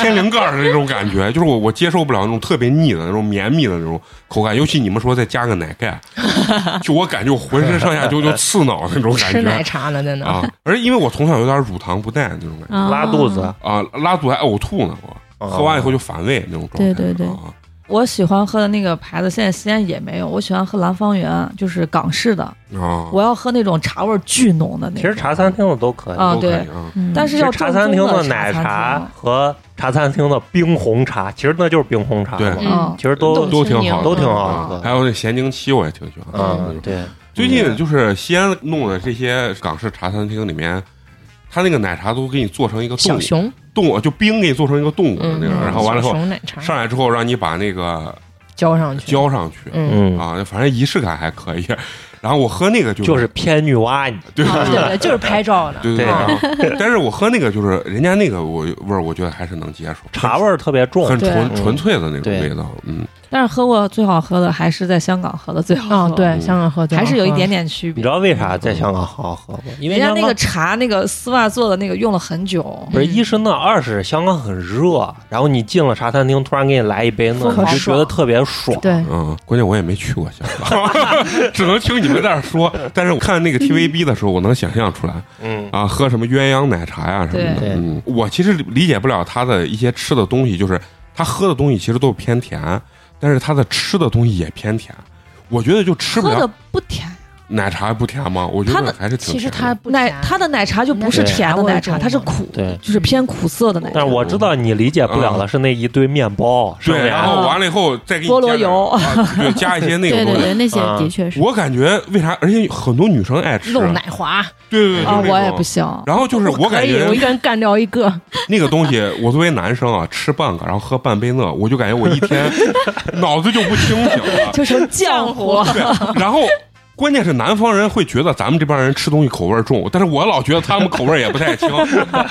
Speaker 1: 天灵盖儿的那种感觉，就是我我接受不了那种特别腻的那种绵密的那种口感，尤其你们说再加个奶盖， 就我感觉我浑身上下就就刺挠那种感
Speaker 3: 吃奶
Speaker 1: 觉
Speaker 3: 茶呢，在那
Speaker 1: 啊，而因为我从小有点乳糖不耐那种感觉
Speaker 5: 拉肚子，
Speaker 1: 啊，拉肚子还呕吐呢，我
Speaker 5: 啊
Speaker 1: 喝完以后就反胃那种状态，
Speaker 2: 对对对
Speaker 1: 啊
Speaker 2: 我喜欢喝的那个牌子，现在西安也没有。我喜欢喝兰芳园，就是港式的。
Speaker 1: 啊，
Speaker 2: 我要喝那种茶味儿巨浓的那
Speaker 5: 嗯其
Speaker 2: 种。
Speaker 5: 实茶餐厅的都可以。
Speaker 2: 啊
Speaker 1: 都可以
Speaker 2: 对
Speaker 1: 啊，
Speaker 2: 但
Speaker 5: 其
Speaker 2: 是
Speaker 5: 实
Speaker 2: 要
Speaker 5: 茶
Speaker 2: 正
Speaker 5: 餐
Speaker 2: 宗
Speaker 5: 厅
Speaker 2: 的
Speaker 5: 奶
Speaker 2: 茶
Speaker 5: 茶，和茶餐厅的冰红茶，其实那就是冰红茶
Speaker 1: 对
Speaker 5: 嘛，
Speaker 2: 嗯
Speaker 3: 嗯，
Speaker 5: 其实都
Speaker 1: 都挺好的啊
Speaker 5: 都挺好喝。
Speaker 1: 还有那咸宁七我也挺喜欢喝的那
Speaker 5: 嗯，
Speaker 1: 种。
Speaker 5: 对，
Speaker 1: 最近就是西安弄的这些港式茶餐厅里面，他那个奶茶都给你做成一个动
Speaker 3: 小
Speaker 1: 物
Speaker 3: 熊，
Speaker 1: 动物，就冰给你做成一个动物的那个，
Speaker 5: 嗯
Speaker 1: 然后完了之
Speaker 3: 小
Speaker 1: 后
Speaker 3: 熊奶茶
Speaker 1: 上来之后让你把那个
Speaker 3: 浇上去，
Speaker 1: 浇上去
Speaker 3: 嗯，
Speaker 5: 嗯，
Speaker 1: 啊，反正仪式感还可以。然后我喝那个就
Speaker 5: 就是偏女娲，你
Speaker 1: 对
Speaker 3: 啊对对，啊就是拍照的，
Speaker 1: 对对，
Speaker 5: 对
Speaker 1: 然后但是我喝那个就是人家那个我味儿，我觉得还是能接受，
Speaker 5: 茶味儿特别重，
Speaker 1: 很纯
Speaker 5: 对
Speaker 1: 纯粹的那种
Speaker 5: 对
Speaker 1: 味道，嗯，
Speaker 2: 但是喝过最好喝的还是在香港喝的最好
Speaker 3: 啊、
Speaker 2: 喝，，
Speaker 3: 对，香港喝最好
Speaker 2: 还是有一
Speaker 3: 喝
Speaker 2: 点点区
Speaker 5: 嗯你
Speaker 2: 别
Speaker 5: 知。道为啥在香港好好喝吗？因为
Speaker 2: 人家那
Speaker 5: 香
Speaker 2: 个
Speaker 5: 港
Speaker 2: 茶那个丝袜做的那个用了很久，
Speaker 5: 不是一是那，二是香港很热，然后你进了茶餐厅，突然给你来一杯那，
Speaker 3: 可
Speaker 5: 你就觉
Speaker 3: 爽
Speaker 5: 得特别爽。
Speaker 3: 对，
Speaker 1: 嗯，关键我也没去过香港， 只能听你们在这儿说。但是我看那个 TVB 的时候，我能想象出来
Speaker 5: 嗯，
Speaker 1: 啊，喝什么鸳鸯奶茶呀什么的。
Speaker 5: 对
Speaker 1: 嗯，我其实理解不了他的一些吃的东西，就是他喝的东西其实都是偏甜，但是他的吃的东西也偏甜。我觉得就吃不
Speaker 2: 喝的
Speaker 1: 了
Speaker 2: 不甜，
Speaker 1: 奶茶不甜吗？我觉
Speaker 2: 它
Speaker 1: 得
Speaker 2: 的
Speaker 1: 还是挺
Speaker 3: 其实
Speaker 1: 甜
Speaker 3: 它
Speaker 1: 的
Speaker 3: 不
Speaker 2: 奶
Speaker 3: 甜
Speaker 2: 它的奶茶就不是
Speaker 5: 对
Speaker 2: 甜的奶茶，它是苦，
Speaker 5: 对。
Speaker 2: 就是偏苦涩的奶茶
Speaker 5: 但。是我知道你理解不了的是那一堆面包，上
Speaker 1: 啊对，
Speaker 5: 面
Speaker 1: 然后完了以后再给你
Speaker 2: 菠萝油
Speaker 1: 加点啊对，加一些那
Speaker 4: 对
Speaker 1: 个
Speaker 4: 对
Speaker 1: 东西。
Speaker 4: 对，那些
Speaker 5: 啊
Speaker 4: 的确是。
Speaker 1: 我感觉为啥？而且很多女生爱吃，
Speaker 3: 漏奶华，
Speaker 1: 对对对，
Speaker 2: 啊，
Speaker 1: 就那
Speaker 2: 我也
Speaker 1: 种
Speaker 2: 不。行，
Speaker 1: 然后就是我
Speaker 3: 可
Speaker 1: 感
Speaker 3: 以，
Speaker 1: 觉
Speaker 3: 我一个人干掉一个，
Speaker 1: 那个东西，我作为男生啊，吃半个，然后喝半杯那，我就感觉我一天 脑子就不清醒了。
Speaker 2: 就成浆糊。
Speaker 1: 对， 然后关键是南方人会觉得咱们这帮人吃东西口味儿重，但是我老觉得他们口味儿也不太 轻，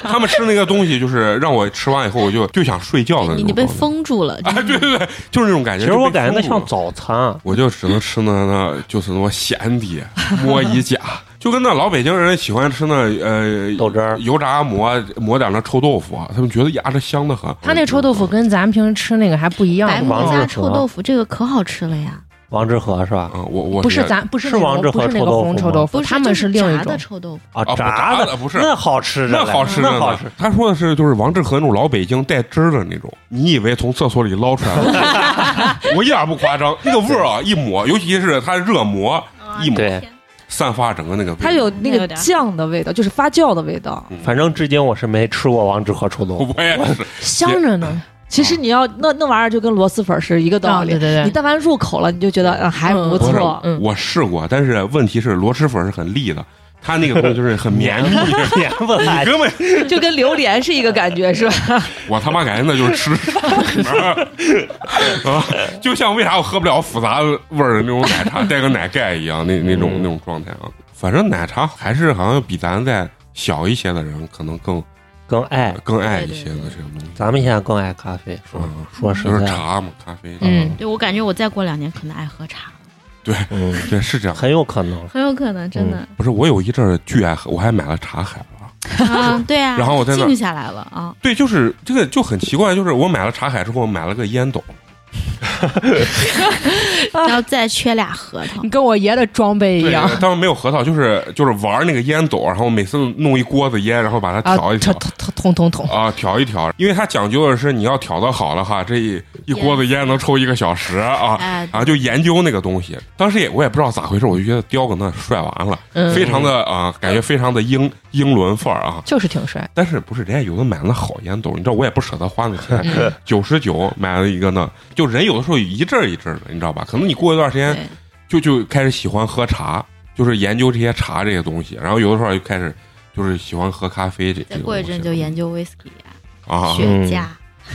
Speaker 1: 他们吃那个东西就是让我吃完以后我就就想睡觉的那种。
Speaker 4: 你你被。封住了，
Speaker 1: 嗯啊， 对对对，就是那种感
Speaker 5: 其
Speaker 1: 觉。
Speaker 5: 实我
Speaker 1: 就被
Speaker 5: 感觉那
Speaker 1: 封住
Speaker 5: 像
Speaker 1: 了
Speaker 5: 早餐，
Speaker 1: 我就只能吃那那，就是那咸的摸一甲， 就跟那老北京人喜欢吃那呃
Speaker 5: 豆汁儿
Speaker 1: 油炸馍，馍点那臭豆腐，啊他们觉得呀这香的很。
Speaker 3: 他那臭豆腐跟咱们平时吃那个还不一样，啊
Speaker 4: 白
Speaker 5: 木
Speaker 4: 馍
Speaker 5: 王
Speaker 4: 加
Speaker 5: 致和
Speaker 4: 臭豆腐这个可好吃了呀！
Speaker 5: 王致和是吧？
Speaker 1: 啊，我我
Speaker 3: 不是
Speaker 1: 觉得
Speaker 3: 咱不是
Speaker 5: 是
Speaker 3: 那
Speaker 5: 王
Speaker 3: 个
Speaker 5: 致
Speaker 3: 不
Speaker 5: 和
Speaker 3: 是那
Speaker 5: 臭
Speaker 3: 个
Speaker 5: 豆
Speaker 3: 红
Speaker 5: 腐
Speaker 3: 臭
Speaker 5: 吗
Speaker 3: 豆腐，
Speaker 4: 不是，
Speaker 3: 他们
Speaker 4: 就是
Speaker 3: 另一
Speaker 4: 炸
Speaker 3: 种，
Speaker 4: 的臭豆腐，
Speaker 5: 啊，
Speaker 1: 不
Speaker 5: 炸
Speaker 1: 炸的不是
Speaker 5: 那好吃着嘞，
Speaker 1: 那好吃，
Speaker 5: 那好
Speaker 1: 真
Speaker 5: 吃
Speaker 1: 的。他说的是就是王致和那种老北京带汁儿的那种，你以为从厕所里捞出来了？ 我一点不夸张，那个味儿啊，一抹，尤其是它热馍
Speaker 4: 啊
Speaker 1: 一抹，
Speaker 5: 对，
Speaker 1: 散发整个那个味道。
Speaker 2: 它有那
Speaker 4: 那
Speaker 2: 个
Speaker 4: 有点
Speaker 2: 酱的味道，就是发酵的味道。
Speaker 5: 反正至今我是没吃过王致和臭豆腐。
Speaker 1: 我也是，
Speaker 3: 香着呢。
Speaker 2: 其
Speaker 5: 啊
Speaker 2: 实你要那那玩意儿就跟螺蛳粉儿是一个道
Speaker 3: 啊，
Speaker 2: 理
Speaker 3: 对，对
Speaker 2: 你
Speaker 3: 对，
Speaker 2: 但凡入口了，你就觉得嗯还不
Speaker 3: 嗯
Speaker 1: 不是
Speaker 2: 错。
Speaker 3: 嗯
Speaker 1: 我试过，但是问题是螺蛳粉是很利的，它那个东西就是很绵 密，
Speaker 5: 甜不辣
Speaker 1: 你，根本
Speaker 2: 就跟榴莲是一个感觉，是吧？
Speaker 1: 我他妈感觉那就是吃屎 啊！就像为啥我喝不了复杂味儿的那种奶茶，带个奶盖一样，那那种那种状态啊。反正奶茶还是好像比咱在小一些的人可能更
Speaker 5: 更爱。
Speaker 1: 更爱一些的这种东西，
Speaker 5: 咱们现在更爱咖啡，说
Speaker 1: 嗯
Speaker 5: 说实
Speaker 1: 就是
Speaker 5: 在，
Speaker 1: 茶嘛，咖啡，
Speaker 3: 嗯，
Speaker 4: 对我感觉我再过两年可能爱喝茶了，
Speaker 5: 嗯，
Speaker 1: 对，是这样。
Speaker 5: 很有可能。
Speaker 4: 很有可能真的。
Speaker 1: 不是我有一阵儿巨爱喝，我还买了茶海了。
Speaker 4: 啊，对啊，
Speaker 1: 嗯然后我在那
Speaker 4: 静下来了啊，
Speaker 1: 对，就是这个就很奇怪，就是我买了茶海之后买了个烟斗，
Speaker 4: 然后再缺俩核桃
Speaker 3: 你，跟我爷的装备一
Speaker 1: 对，
Speaker 3: 样
Speaker 1: 当时没有核桃，就是就是玩那个烟斗，然后每次弄一锅子烟，然后把它
Speaker 3: 啊，
Speaker 1: 调一调
Speaker 3: 捅捅捅捅捅，
Speaker 1: 啊，调一调，因为它讲究的是你要调的好了哈，这一一锅子烟能抽一个小时啊。
Speaker 4: 哎，
Speaker 1: 啊，就研究那个东西，当时也我也不知道咋回事，我就觉得叼个那帅完了，
Speaker 3: 嗯
Speaker 1: 非常的啊、感觉非常的英英伦范儿啊。
Speaker 3: 就是挺帅。
Speaker 1: 但是不是人家有的买那好烟斗，你知道我也不舍得花那
Speaker 4: 嗯
Speaker 1: 钱， 九十九买了一个那，就人有的时候一阵儿一阵儿的，你知道吧？可能你过一段时间
Speaker 4: 对，
Speaker 1: 就就开始喜欢喝茶，就是研究这些茶这些东西，然后有的时候就开始就是喜欢喝咖啡这。
Speaker 4: 再
Speaker 1: 这
Speaker 4: 过一阵就研
Speaker 1: 究
Speaker 4: 究 whisky 啊、
Speaker 1: 啊，
Speaker 4: 雪
Speaker 5: 嗯
Speaker 4: 茄，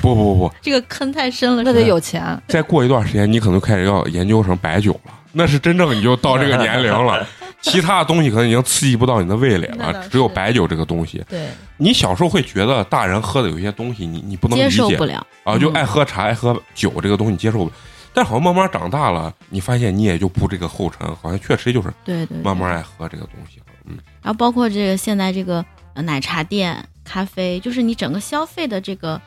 Speaker 1: 不不不，
Speaker 4: 这个坑太深了，
Speaker 2: 那得有钱，
Speaker 1: 再过一段时间你可能开始要研究成白酒了，那是真正你就到这个年龄 了，其他的东西可能已经刺激不到你的味蕾
Speaker 4: 那倒
Speaker 1: 了，
Speaker 4: 是
Speaker 1: 只有白酒这个东西，
Speaker 3: 对，
Speaker 1: 你小时候会觉得大人喝的有些东西你你不能
Speaker 4: 接
Speaker 1: 理
Speaker 4: 受
Speaker 1: 解
Speaker 4: 不了。
Speaker 1: 啊，就爱喝茶爱喝酒这个东西你接受不了。但好像慢慢长大了，你发现你也就步这个后尘，好像确实就是
Speaker 4: 对对，对
Speaker 1: 慢慢爱喝这个东西了。嗯，
Speaker 4: 然后包括这个现在这个呃奶茶店、咖啡，就是你整个消费的这个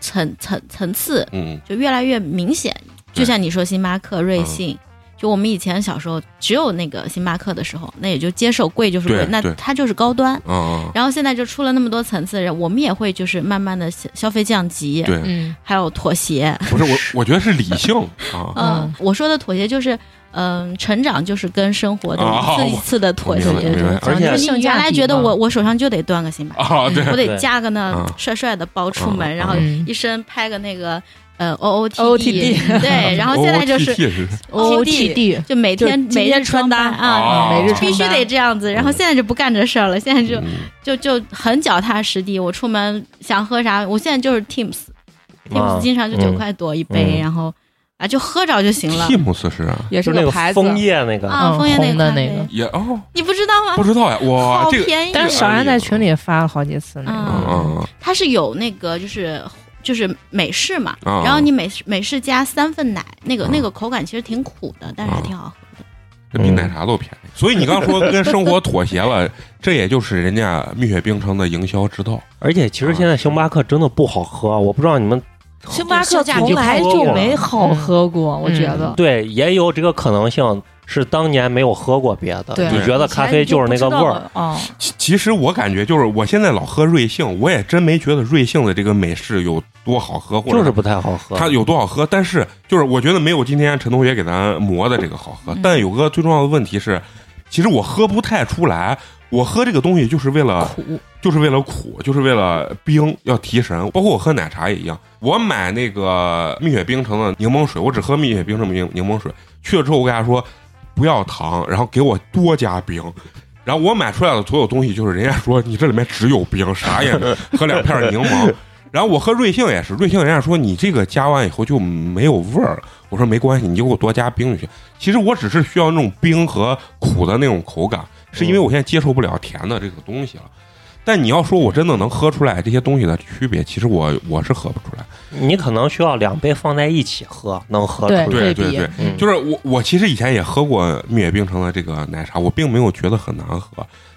Speaker 4: 层层层次
Speaker 1: 嗯，
Speaker 4: 就越来越明显。
Speaker 1: 对嗯
Speaker 4: 就像你说星巴克、瑞幸，就我们以前小时候只有那个星巴克的时候，那也就接受贵就是
Speaker 1: 对
Speaker 4: 贵，那
Speaker 1: 对
Speaker 4: 它就是高端。
Speaker 1: 啊，
Speaker 4: 然后现在就出了那么多层次，我们也会就是慢慢的消费降级，
Speaker 1: 对，
Speaker 3: 嗯
Speaker 4: 还有妥协。
Speaker 1: 不是 我，我觉得是理性啊，
Speaker 4: 嗯
Speaker 3: 嗯，
Speaker 4: 我说的妥协就是，嗯，成长就是跟生活的
Speaker 1: 哦
Speaker 4: 一次一次的妥协
Speaker 1: 我。明白明白
Speaker 5: 而且
Speaker 4: 就是你原来觉得我我手上就得端个星巴克，
Speaker 1: 啊，对，
Speaker 4: 我
Speaker 5: 对
Speaker 4: 得加个那
Speaker 1: 嗯
Speaker 4: 帅帅的包出门，
Speaker 1: 嗯
Speaker 4: 然后
Speaker 3: 嗯
Speaker 4: 一身拍个那个呃 O O T
Speaker 2: OOTD
Speaker 4: 对，然后现在就是
Speaker 1: OOTT 是
Speaker 3: ，O T D，
Speaker 4: 就每天
Speaker 2: 就今
Speaker 4: 每
Speaker 2: 天
Speaker 4: 日穿搭
Speaker 2: 穿搭
Speaker 4: 啊，
Speaker 1: 啊
Speaker 3: 每日
Speaker 4: 必
Speaker 3: 穿
Speaker 4: 须
Speaker 3: 搭
Speaker 4: 得这样子。然后现在就不干这事儿了，现在就
Speaker 1: 嗯
Speaker 4: 就就很脚踏实地。我出门想喝啥，我现在就是 Teams，Teams
Speaker 5: 啊
Speaker 4: 经常就
Speaker 5: 嗯
Speaker 4: 九块多一杯，
Speaker 5: 嗯
Speaker 4: 然后啊就喝着就行了。
Speaker 1: Teams 是啊
Speaker 2: 也
Speaker 5: 就是那
Speaker 2: 个
Speaker 5: 个
Speaker 2: 牌子。
Speaker 5: 枫叶那个，
Speaker 4: 啊，
Speaker 3: 嗯
Speaker 4: 枫叶
Speaker 3: 红的
Speaker 4: 咖
Speaker 3: 那
Speaker 4: 啡
Speaker 3: 个
Speaker 1: 也哦，
Speaker 4: 你不知道吗
Speaker 1: 不？知道呀，哇
Speaker 4: 好，
Speaker 1: 这个
Speaker 4: 便宜
Speaker 3: 但
Speaker 4: 啊，
Speaker 3: 嗯
Speaker 5: 嗯
Speaker 3: 是小安在群里也发了好几次那
Speaker 1: 啊
Speaker 3: 个，
Speaker 1: 啊，
Speaker 4: 它是有那个就是就是美式嘛，
Speaker 1: 啊
Speaker 4: 然后你美式美式加三份奶，那个
Speaker 1: 啊
Speaker 4: 那个口感其实挺苦的，但是还挺好喝。
Speaker 1: 这比奶茶都便宜。所以你刚说跟生活妥协了， 这也就是人家蜜雪冰城的营销之道。
Speaker 5: 而且其实现在星巴克真的不好喝，啊我不知道你们
Speaker 2: 星巴克从来就没好喝过，我觉得。
Speaker 5: 对也有这个可能性，是当年没有喝过别的，
Speaker 2: 对
Speaker 5: 就觉得咖啡就是那个味儿。
Speaker 2: 啊！
Speaker 1: 其其实我感觉就是我现在老喝瑞幸，我也真没觉得瑞幸的这个美式有多好喝，或者
Speaker 5: 就是不太好喝。
Speaker 1: 它有多好喝，但是就是我觉得没有今天陈同学给咱磨的这个好喝。
Speaker 4: 嗯
Speaker 1: 但有个最重要的问题是，其实我喝不太出来，我喝这个东西就是为了
Speaker 3: 苦，
Speaker 1: 就是为了苦，就是为了冰要提神。包括我喝奶茶也一样，我买那个蜜雪冰城的柠檬水，我只喝蜜雪冰城柠柠檬水。去了之后，我跟他说不要糖，然后给我多加冰。然后我买出来的所有东西，就是人家说你这里面只有冰，啥也没有，喝两片柠檬。然后我喝瑞幸也是，瑞幸人家说你这个加完以后就没有味儿了。我说没关系，你就给我多加冰就行。其实我只是需要那种冰和苦的那种口感，是因为我现在接受不了甜的这个东西了。但你要说我真的能喝出来这些东西的区别，其实我我是喝不出来。
Speaker 5: 你可能需要两杯放在一起喝，能喝出
Speaker 3: 对
Speaker 5: 来。
Speaker 1: 对
Speaker 3: 对
Speaker 1: 对
Speaker 3: 比
Speaker 1: 对，
Speaker 5: 嗯
Speaker 1: 就是我我其实以前也喝过蜜雪冰城的这个奶茶，我并没有觉得很难喝，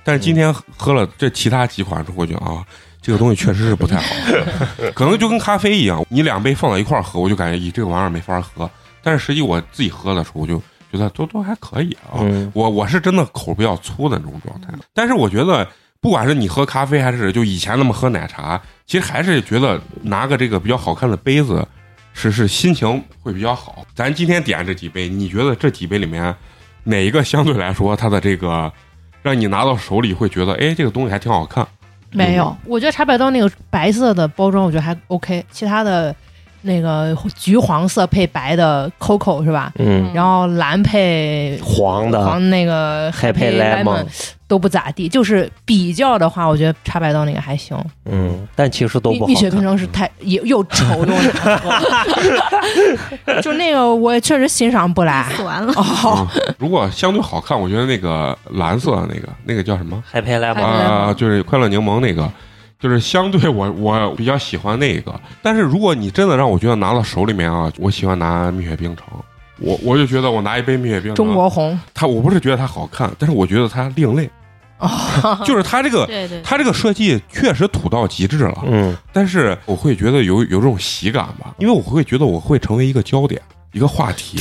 Speaker 1: 但是今天喝了这其他几款之后，我觉得啊，这个东西确实是不太好喝，可能就跟咖啡一样，你两杯放到一块儿喝，我就感觉咦这个玩意儿没法喝，但是实际我自己喝的时候，我就觉得都都还可以啊，
Speaker 5: 嗯，
Speaker 1: 我我是真的口比较粗的那种状态，
Speaker 2: 嗯
Speaker 1: 但是我觉得，不管是你喝咖啡还是就以前那么喝奶茶，其实还是觉得拿个这个比较好看的杯子，是是心情会比较好。咱今天点这几杯，你觉得这几杯里面哪一个相对来说它的这个让你拿到手里会觉得，哎，这个东西还挺好看？
Speaker 2: 没有，
Speaker 3: 我觉得茶百道那个白色的包装，我觉得还 OK，其他的那个橘黄色配白的 COCO 是吧？
Speaker 5: 嗯，
Speaker 3: 然后蓝配
Speaker 5: 黄的
Speaker 3: 黄那个
Speaker 5: 海
Speaker 3: 配
Speaker 5: 配
Speaker 3: lemon 都不咋地，就是比较的话，我觉得茶百道那个还行。
Speaker 5: 嗯，但其实都
Speaker 3: 蜜
Speaker 5: 不好
Speaker 3: 蜜雪冰
Speaker 5: 看。嗯
Speaker 3: 城是太又又丑又难 喝，就那个我确实欣赏不来。
Speaker 4: 死
Speaker 5: 嗯
Speaker 4: 完了，
Speaker 3: 哦，
Speaker 1: 如果相对好看，我觉得那个蓝色的那个那个叫什么
Speaker 5: 海配
Speaker 3: 快
Speaker 5: lemon，
Speaker 3: 乐柠檬
Speaker 1: 啊、就是快乐柠檬那个。就是相对我我比较喜欢那个，但是如果你真的让我觉得拿到手里面啊，我喜欢拿蜜雪冰城，我我就觉得我拿一杯蜜雪冰城，
Speaker 3: 中国红
Speaker 1: 它我不是觉得它好看，但是我觉得它另类，
Speaker 3: 哦，
Speaker 1: 就是它这个
Speaker 4: 对对，
Speaker 1: 它这个设计确实土到极致了，
Speaker 5: 嗯，
Speaker 1: 但是我会觉得有有这种喜感吧，因为我会觉得我会成为一个焦点，一个话题。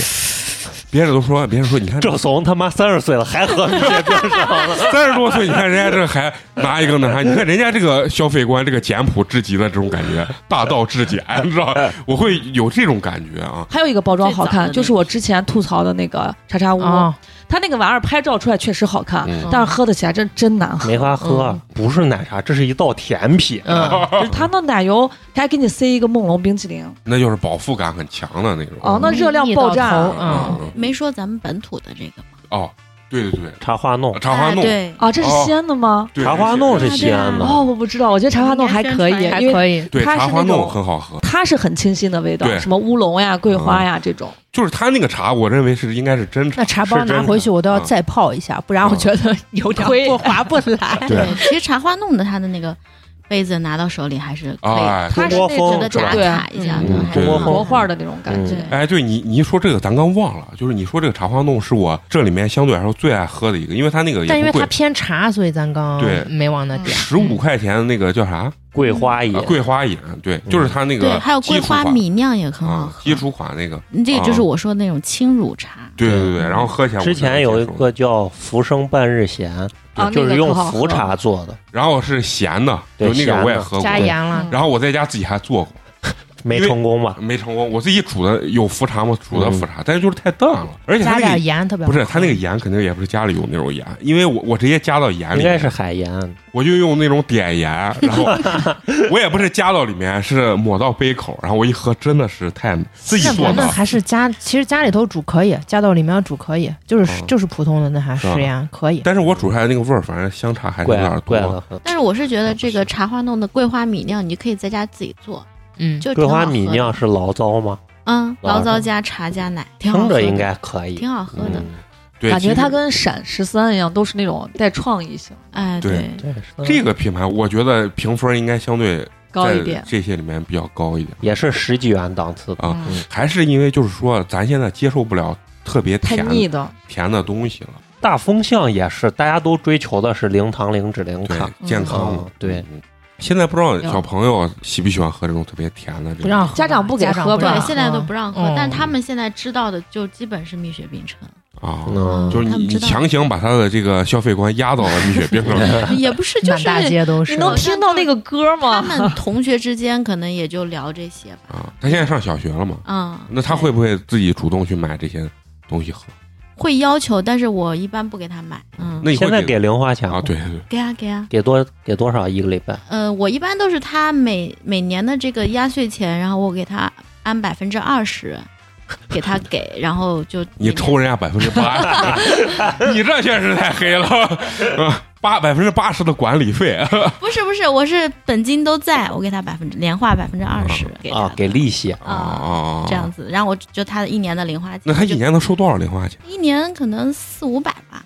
Speaker 1: 别人都说，别人说，你 看
Speaker 5: 郑怂他妈三十岁了还喝蜜雪冰城了，
Speaker 1: 三十多岁，你看人家这还拿一个那啥，你看人家这个消费观，这个简朴至极的这种感觉，大道至简， 你知道？我会有这种感觉啊。
Speaker 2: 还有一个包装好
Speaker 4: 最早的那
Speaker 2: 看，
Speaker 4: 个
Speaker 2: 就是我之前吐槽的那个茶茶屋，
Speaker 3: 啊，
Speaker 2: 它那个玩意儿拍照出来确实好看，
Speaker 1: 嗯
Speaker 2: 但是喝的起来真真难喝。
Speaker 5: 没法喝，
Speaker 4: 嗯
Speaker 5: 不是奶茶，这是一道甜品。
Speaker 3: 嗯，
Speaker 2: 就是它那奶油还给你塞一个梦龙冰淇淋，
Speaker 1: 那就是饱腹感很强的那种。啊
Speaker 2: 哦，那热量爆
Speaker 3: 腻到
Speaker 2: 炸
Speaker 3: 头嗯
Speaker 1: 嗯
Speaker 4: 没说咱们本土的这个嘛
Speaker 1: 哦，对对对，
Speaker 5: 茶花弄，
Speaker 1: 茶花
Speaker 4: 啊
Speaker 1: 弄，
Speaker 4: 对，
Speaker 2: 啊！这是西安的吗？
Speaker 1: 对
Speaker 5: 茶花弄是西安
Speaker 4: 对
Speaker 5: 的
Speaker 4: 啊，
Speaker 2: 哦，我不知道，我觉得茶花弄还可以，
Speaker 4: 嗯
Speaker 3: 还
Speaker 2: 因为
Speaker 3: 可以。
Speaker 1: 对
Speaker 2: 它
Speaker 1: 茶
Speaker 2: 是
Speaker 1: 花
Speaker 2: 那
Speaker 1: 弄
Speaker 2: 种
Speaker 1: 很好喝，
Speaker 2: 它是很清新的味道
Speaker 1: 对，
Speaker 2: 什么乌龙呀、桂花呀这种。
Speaker 1: 就是他那个茶，我认为是应该是真茶。
Speaker 3: 那茶包
Speaker 1: 是真
Speaker 3: 拿
Speaker 1: 的
Speaker 3: 回去我都要
Speaker 1: 嗯
Speaker 3: 再泡一下，不然我觉得 有点
Speaker 2: 亏
Speaker 3: 不划不来。
Speaker 1: 对
Speaker 4: 对，其实茶花弄的它的那个杯子拿到手里还是可以
Speaker 1: 哎，
Speaker 2: 它是
Speaker 5: 中国
Speaker 2: 那
Speaker 5: 风
Speaker 4: 值
Speaker 2: 种
Speaker 4: 得打
Speaker 5: 是吧
Speaker 2: 对
Speaker 4: 卡一下
Speaker 1: 嗯
Speaker 4: 的，还
Speaker 1: 对
Speaker 4: 是
Speaker 5: 中国
Speaker 4: 好
Speaker 5: 风
Speaker 2: 国画的那种感觉。
Speaker 4: 对
Speaker 1: 哎，对你你一说这个，咱刚忘了，就是你说这个茶花弄是我这里面相对来说最爱喝的一个，因为它那个
Speaker 3: 但
Speaker 1: 也
Speaker 3: 因为
Speaker 1: 不
Speaker 3: 它
Speaker 1: 贵，
Speaker 3: 偏茶，所以咱刚
Speaker 1: 对
Speaker 3: 没往那点。
Speaker 1: 十五块钱的那个叫啥？
Speaker 5: 桂花饮
Speaker 1: 啊，桂花饮，对，
Speaker 5: 嗯
Speaker 1: 就是它那
Speaker 4: 对，
Speaker 1: 个
Speaker 4: 还有
Speaker 1: 基
Speaker 4: 桂
Speaker 1: 础
Speaker 4: 花
Speaker 1: 款
Speaker 4: 米酿也很好
Speaker 1: 啊，
Speaker 4: 喝嗯
Speaker 1: 基。础啊款那个，
Speaker 4: 你这个就是我说的那种轻乳茶，
Speaker 1: 对对对，然后喝起来我
Speaker 5: 嗯之前有
Speaker 1: 觉得
Speaker 5: 一
Speaker 1: 挺爽，
Speaker 5: 个叫“浮生半日闲”，
Speaker 4: 哦
Speaker 2: 啊
Speaker 5: 就
Speaker 2: 那
Speaker 5: 是
Speaker 2: 个
Speaker 5: 用
Speaker 2: 可好喝
Speaker 5: 浮茶做的，
Speaker 1: 然后是咸的，
Speaker 5: 对
Speaker 1: 就那
Speaker 5: 咸
Speaker 1: 个
Speaker 5: 的
Speaker 1: 我也喝过，
Speaker 3: 加盐了，
Speaker 1: 然后我在家自己还做过，
Speaker 5: 没
Speaker 1: 因为
Speaker 5: 成功吧？
Speaker 1: 没成功，我自己煮的有浮茶吗？煮的
Speaker 5: 嗯
Speaker 1: 浮茶，但是就是太淡了，而且它
Speaker 3: 加
Speaker 1: 那
Speaker 3: 点
Speaker 1: 个
Speaker 3: 盐特别
Speaker 1: 嗯
Speaker 3: 好
Speaker 1: 不是它那个盐肯定也不是家里有那种盐，因为我我直接加到盐
Speaker 5: 应
Speaker 1: 里
Speaker 5: 该
Speaker 1: 面，
Speaker 5: 是海盐，
Speaker 1: 我就用那种碘盐，然 后我也不是加到里面，是抹到杯口，然后我一喝真的是太自己
Speaker 3: 那
Speaker 1: 做
Speaker 3: 咱们
Speaker 1: 的，
Speaker 3: 还是家，其实家里头煮可以，加到里面煮可以，就是
Speaker 1: 嗯
Speaker 3: 就是普通的那啥
Speaker 1: 是吧
Speaker 3: 食盐可以。
Speaker 1: 但是我煮出来的那个味儿，反正相差还是有
Speaker 5: 怪
Speaker 1: 点
Speaker 5: 怪
Speaker 1: 多。啊
Speaker 5: 的很。
Speaker 4: 但是我是觉得这个茶花弄的桂花米酿，你可以在家自己做，
Speaker 3: 嗯，
Speaker 4: 就挺
Speaker 5: 桂
Speaker 4: 好
Speaker 5: 花
Speaker 4: 喝
Speaker 5: 米
Speaker 4: 的，
Speaker 5: 酿是醪糟吗？
Speaker 4: 嗯，
Speaker 5: 老
Speaker 4: 醪糟
Speaker 5: 的
Speaker 4: 加茶加奶，挺好
Speaker 5: 听
Speaker 4: 喝
Speaker 5: 着
Speaker 4: 的，
Speaker 5: 应该可以
Speaker 4: 挺。好喝的，
Speaker 5: 嗯
Speaker 1: 对，
Speaker 2: 感
Speaker 1: 其
Speaker 2: 觉
Speaker 1: 实
Speaker 2: 它跟闪十三一样，都是那种带创意性。
Speaker 4: 哎，
Speaker 1: 对
Speaker 4: 对，
Speaker 5: 对，是的
Speaker 1: 这个品牌，我觉得评分应该相对
Speaker 2: 高一
Speaker 1: 在
Speaker 2: 点。
Speaker 1: 这些里面比较高一点
Speaker 5: 也是十几元档次的。
Speaker 1: 啊，还是因为就是说咱现在接受不了特别
Speaker 2: 太
Speaker 1: 甜
Speaker 2: 腻的，
Speaker 1: 甜的东西了，
Speaker 5: 大风向也是，大家都追求的是零糖、零脂、零卡。
Speaker 1: 对健康
Speaker 5: 嗯对
Speaker 1: 嗯现在不知道小朋友喜不喜欢喝这种特别甜的这种，
Speaker 3: 不让喝吧
Speaker 2: 家长不给
Speaker 3: 家长
Speaker 2: 喝
Speaker 3: 不让
Speaker 2: 吧
Speaker 4: 对，
Speaker 3: 喝
Speaker 4: 现在都不让喝，
Speaker 3: 嗯
Speaker 4: 但他们现在知道的就基本是蜜雪 冰城，
Speaker 1: 啊，
Speaker 5: 嗯，
Speaker 1: 就是
Speaker 4: 他
Speaker 1: 你你
Speaker 4: 们知道
Speaker 1: 强行把他的这个消费观压到了蜜雪冰城里，
Speaker 4: 也不是就
Speaker 3: 满
Speaker 4: 是
Speaker 3: 大街都是。
Speaker 2: 你能听到那个歌吗？
Speaker 4: 他们同学之间可能也就聊这些吧，
Speaker 5: 嗯
Speaker 1: 啊，他现在上小学了嘛，
Speaker 4: 嗯，
Speaker 1: 那他会不会自己主动去买这些东西喝？
Speaker 4: 会要求，但是我一般不给他买，嗯，
Speaker 1: 那你会
Speaker 5: 现在给零花钱吗
Speaker 1: 啊？对对对，
Speaker 4: 给啊给啊，
Speaker 5: 给多给多少一个礼拜？
Speaker 4: 呃，我一般都是他每每年的这个压岁钱，然后我给他按百分之二十，给他 给，然后就
Speaker 1: 你抽人家百分之八， 你这确实太黑了，啊八百分之八十的管理费，
Speaker 4: 不是不是，我是本金都在，我给他百分之年化百分之二十给他
Speaker 5: 啊，给利息。
Speaker 1: 啊啊，
Speaker 4: 这样。子，然后我就他的一年的零花钱，
Speaker 1: 那他一
Speaker 4: 就
Speaker 1: 年能收多少零花钱？
Speaker 4: 一年可能四五百吧，